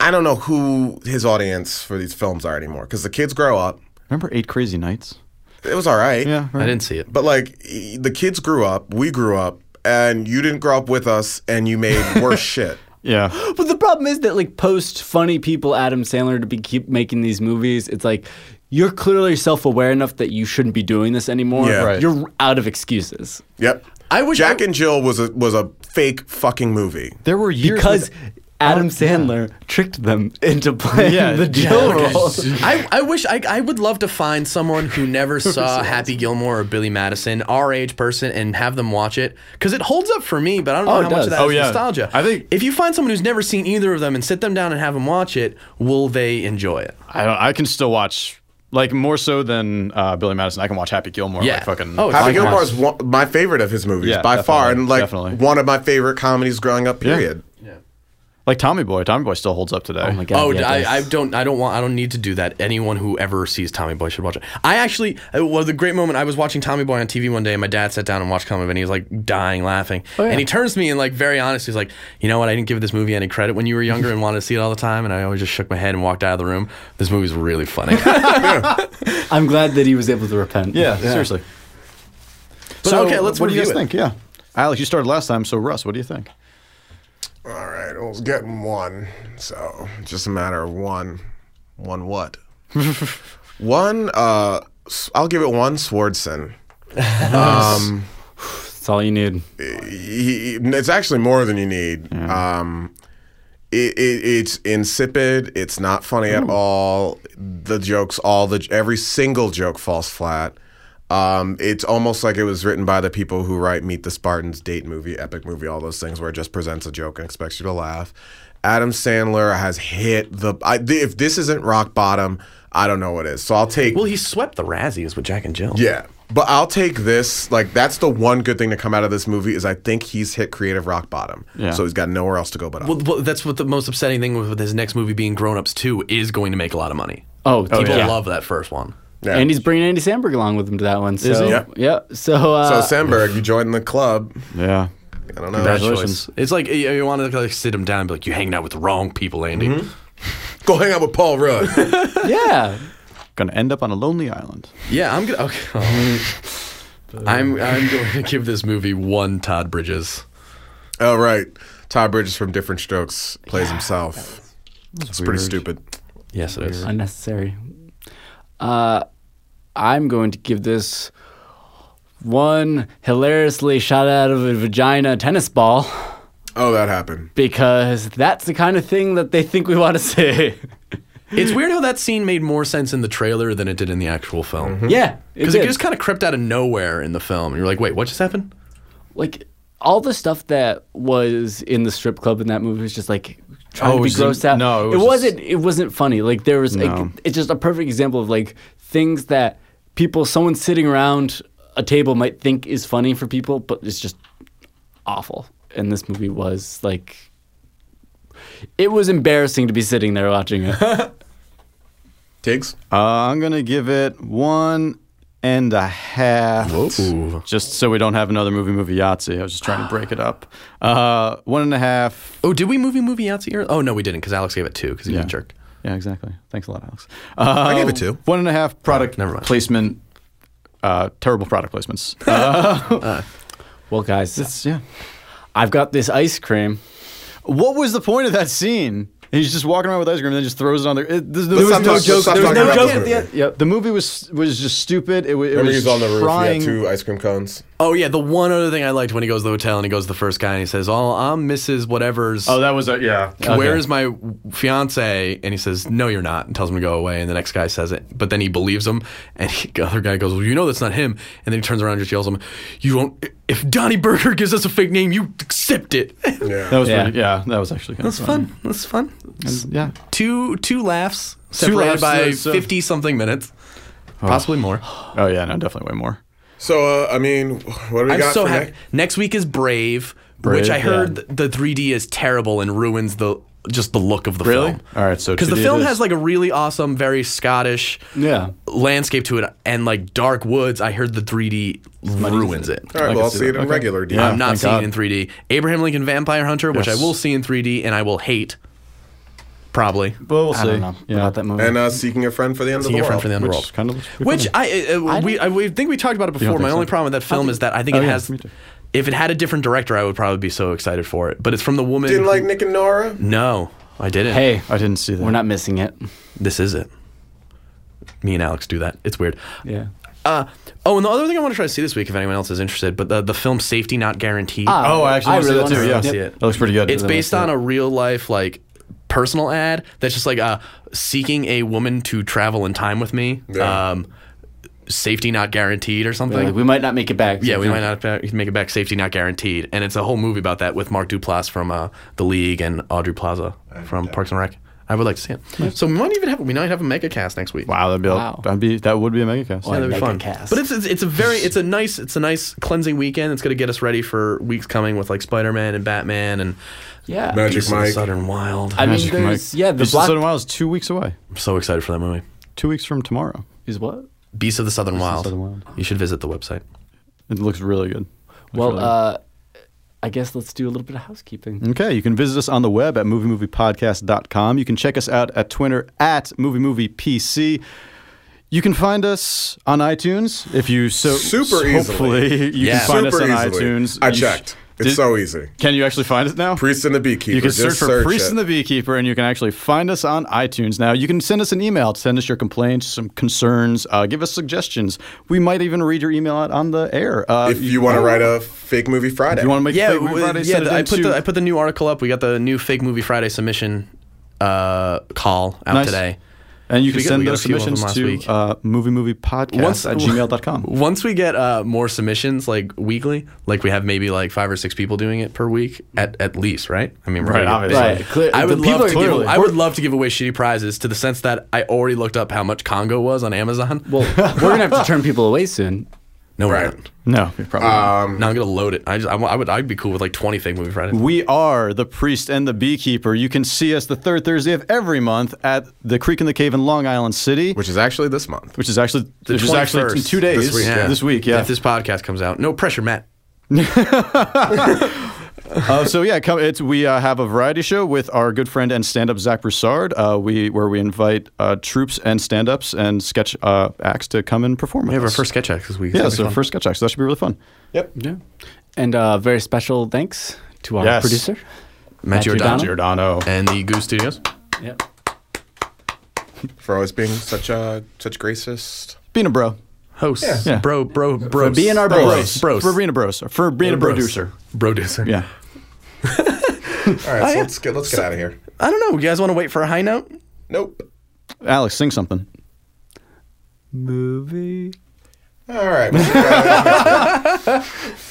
I don't know who his audience for these films are anymore because the kids grow up.
Remember Eight Crazy Nights?
It was all right.
Yeah.
I didn't see it.
But like e- the kids grew up, we grew up, and you didn't grow up with us and you made worse shit.
Yeah.
But the problem is that like post funny people Adam Sandler to be keep making these movies, it's like you're clearly self aware enough that you shouldn't be doing this anymore.
Yeah. Right.
You're out of excuses.
Yep.
I wish
Jack
I-
and Jill was a was a fake fucking movie.
There were years
Because
with-
Adam Sandler tricked them into playing
Oh, Yeah,
the
yeah,
Jill
okay.
role.
I, I wish I, I would love to find someone who never saw Happy Gilmore or Billy Madison, our age person, and have them watch it because it holds up for me. But I don't know
Oh, it
how much
does.
of that
Oh,
is
yeah.
nostalgia.
I think-
if you find someone who's never seen either of them and sit them down and have them watch it, will they enjoy it?
I don't. I can still watch like more so than uh, Billy Madison. I can watch Happy Gilmore.
Yeah.
Like, fucking.
Oh, it's- Like
Happy Gilmore is one, my favorite of his movies
Yeah,
by far,
definitely,
and like
definitely.
one of my favorite comedies growing up. Period.
like Tommy Boy. Tommy Boy still holds up today.
Oh my god.
oh,
yeah, it
I, I
does.
don't, I don't want, I don't need to do that. Anyone who ever sees Tommy Boy should watch it. I actually, uh, well, the great moment I was watching Tommy Boy on TV one day, and my dad sat down and watched Tommy Boy, and he was like dying laughing,
Oh, yeah.
and he turns to me and like very honest, he's like, you know what, I didn't give this movie any credit when you were younger and wanted to see it all the time, and I always just shook my head and walked out of the room. This movie's really funny.
I'm glad that he was able to repent.
Yeah, Seriously.
But okay, let's
What do you guys
review it.
think? Yeah. Alex, you started last time, so Russ, what do you think?
All right, I was getting one, so just a matter of one. One what? one. Uh, s- I'll give it one. Swordson. Um,
That's all you need. Oh,
he- he- it's actually more than you need. Um, it, it, it's insipid. It's not funny
Hmm.
at all. The jokes, all the every single joke falls flat. Um, it's almost like it was written by the people who write Meet the Spartans, Date Movie, Epic Movie, all those things where it just presents a joke and expects you to laugh. Adam Sandler has hit the. I, th- if this isn't rock bottom, I don't know what is. So I'll take.
well, he swept the Razzies with Jack and Jill.
Yeah. But I'll take this. Like that's the one good thing to come out of this movie is I think he's hit creative rock bottom.
Yeah.
So he's got nowhere else to go but up.
Well, well, that's what the most upsetting thing with with his next movie being Grown Ups 2 is going to make a lot of money.
Oh,
People
yeah.
love that first one.
Yeah.
And he's bringing Andy Samberg along with him to that one. So,
he?
Yeah.
Yeah.
So,
so
uh,
Sandberg, you joined the club.
Yeah.
I don't know.
Bad
Congratulations.
choice. It's like you, you want to like sit him down and be like, "You hanging out with the wrong people, Andy."
Mm-hmm.
Go hang out with Paul Rudd.
yeah.
Gonna end up on a lonely island.
Yeah, I'm gonna. Okay, oh. I'm I'm going to give this movie one Todd Bridges.
oh right. Todd Bridges from Different Strokes plays himself. It's pretty
weird.
stupid.
Yes, it is.
Unnecessary. Uh, I'm going to give this one hilariously shot out of a vagina tennis ball
Oh, that happened.
because that's the kind of thing that they think we want to see.
It's weird how that scene made more sense in the trailer than it did in the actual film.
yeah.
Because
did.
it just kind of crept out of nowhere in the film. You're like, wait, what just happened?
like all the stuff that was in the strip club in that movie was just like trying
Oh,
to
it
be
was-
grossed out.
no, it
it,
was
wasn't. It wasn't funny. Like there was. Like,
No.
it's just a perfect example of like things that people, someone sitting around a table might think is funny for people, but it's just awful. And this movie was like, it was embarrassing to be sitting there watching it.
Tiggs?
Uh, I'm gonna give it one and a half.
Ooh.
Just so we don't have another movie movie Yahtzee. I was just trying to break it up. Uh, one and a half
Oh, did we movie movie out here? Oh no, we didn't because Alex gave it two because he
Yeah.
got jerked.
Yeah, exactly. Thanks a lot, Alex. Uh, I
gave it two.
One and a half product
Never mind.
placement Uh, terrible product placements. Uh,
Well, guys,
it's, yeah.
I've got this ice cream.
What was the point of that scene? He's just walking around with ice cream and then just throws it on there. It, there's,
Let's
there was
not
no
talk-
joke.
let's not
There was
talk
no
about
joke
this
at the
movie.
end. Yeah, the movie was was just stupid. It, wa- it
Remember
was
he was on the roof. He
trying.
had two ice cream cones.
Oh yeah, the one other thing I liked when he goes to the hotel and he goes to the first guy and he says, "Oh, I'm Mrs. Whatever's.
Oh, that was a yeah.
Where is my fiance?" And he says, "No, you're not," and tells him to go away. And the next guy says it, but then he believes him, and he, the other guy goes, "Well, you know that's not him." And then he turns around and just yells at him, "You won't! If Donnie Berger gives us a fake name, you accept it."
Yeah.
That was
Yeah.
yeah. Pretty, yeah. That was actually kind
that's
of
fun. That's fun.
Yeah.
two two laughs separated
laughs,
by
uh, so-
fifty something minutes, possibly more.
Oh yeah. No, definitely way more.
So uh, I mean, what do we
I'm
got
so
for
happy.
next?
Next week is Brave, which
Brave,
I heard
yeah.
th- the 3D is terrible and ruins the just the look of the
Really?
film.
All right, so
because the
2D it
film
is.
has like a really awesome, very Scottish
Yeah.
landscape to it, and like dark woods. I heard the 3D ruins it.
All right,
I
well,
can
I'll
see
see it
that.
in
Okay.
regular. D.
Yeah.
I'm not
thank
seeing
God.
it in 3D. Abraham Lincoln Vampire Hunter, which I
Yes.
will see in 3D, and I will hate, probably.
Well, we'll see.
I don't know
Yeah.
about that movie.
And uh, seeking a friend for the end
Seeing
of
a
the
friend
world.
from the underworld.
Which kind of looks pretty
Which
funny.
I, uh, uh, we I we think we talked about it before.
don't
My
think
only
so?
problem with that film is that I think
Oh,
it
yeah,
has.
me too.
If it had a different director, I would probably be so excited for it. But it's from the woman.
Didn't
who-
like Nick and Nora.
No, I didn't.
hey,
I didn't see that.
we're not missing it.
this is it. Me and Alex do that. It's weird.
Yeah.
Uh, oh, and the other thing I want to try to see this week, if anyone else is interested, but the, the film Safety Not Guaranteed.
Ah,
Oh, I actually
I
wanna
really
see that too. Yeah.
wanna
see it.
That looks pretty good.
It's based on a real life like personal ad that's just like uh, seeking a woman to travel in time with me.
Yeah.
Um, safety not guaranteed or something.
Like, we might not make it back.
Yeah, we might not have to make it back. Safety not guaranteed, and it's a whole movie about that with Mark Duplass from uh, The League and Audrey Plaza from Parks and Rec. I would like to see it. So we might even have we might have a mega cast next week.
Wow, that'd be, a-
Wow.
that'd be that would be a mega cast.
Wow.
that'd be
Mega
fun.
cast.
But it's, it's it's a very it's a nice it's a nice cleansing weekend. It's gonna get us ready for weeks coming with like Spider Man and Batman and
Yeah.
Magic
Beasts of the
Mike.
Southern Wild.
I
I'm
mean, there's yeah. The block
Southern Wild is two weeks away.
so excited for that movie.
Two weeks from tomorrow.
is what?
Beasts of the Southern, Wild.
Southern Wild.
You should visit the website.
It looks really good. Looks
Well,
really
uh, I guess let's do a little bit of housekeeping.
good. okay. You can visit us on the web at moviemoviepodcast.com. You can check us out at Twitter at moviemoviepc. You can find us on iTunes if you so
Super easily.
Hopefully, you
Yeah.
can find
Super
us on
easily.
iTunes.
I
You sh-
checked. It's
Did-
so easy.
Can you actually find it now?
Priest and the Beekeeper.
You can
Just
search for Priest
it.
and the Beekeeper, and you can actually find us on iTunes. Now, you can send us an email. Send us your complaints, some concerns. Uh, give us suggestions. We might even read your email out on the air. Uh,
If you want to write a fake movie Friday,
if you want to make
Yeah,
a fake movie
w-
Friday,
yeah.
send it
the- I
in
put
to-
the I put the new article up. We got the new fake movie Friday submission uh, call out
Nice.
today.
and you
we got- we
can send
got a
those
few of them last
submissions to
week.
uh, moviemoviepodcast
Once-
at gmail.com.
Once we get uh, more submissions, like weekly, like we have maybe like five or six people doing it per week at, at least, right? I mean, we're
Right,
gonna get
obviously.
big.
Right, clear-
I
the
would
people
love
are
to give,
clearly-
I would love to give away shitty prizes to the sense that I already looked up how much Congo was on Amazon.
Well, we're gonna have to turn people away soon.
no,
Right.
right.
No, you're probably not.
Um,
No, I'm gonna load it. I just I, wa- I would I'd be cool with like 20 fake movie Fridays.
We are the priest and the beekeeper. You can see us the third Thursday of every month at the Creek in the Cave in Long Island City, which,
which is actually this month.
is actually which is actually in
21st.
two days
This week, yeah.
This week, yeah.
If this podcast comes out, no pressure, Matt.
uh, so yeah, come, it's we uh, have a variety show with our good friend and stand-up Zach Broussard. Uh, we where we invite uh, troops and stand-ups and sketch uh, acts to come and perform.
We have
with
our
us.
first sketch act this week.
yeah,
That'll be
so
fun.
first sketch act. So that should be really fun.
Yep.
Yeah. And uh, very special thanks to our
Yes.
producer.
Matt
Matt
Giordano
Giordano.
and the Goose Studios.
Yeah.
For always being such a such gracist.
Being a bro.
Hosts.
Yeah.
Bro, bro, bro.
being our
bros.
bros.
Bros.
For being a bros. For being a
Bros.
producer.
Producer.
Yeah.
All right, so let's get let's get out of here.
I don't know. You guys want to wait for a high note?
Nope.
Alex, sing something.
Movie.
All right. well,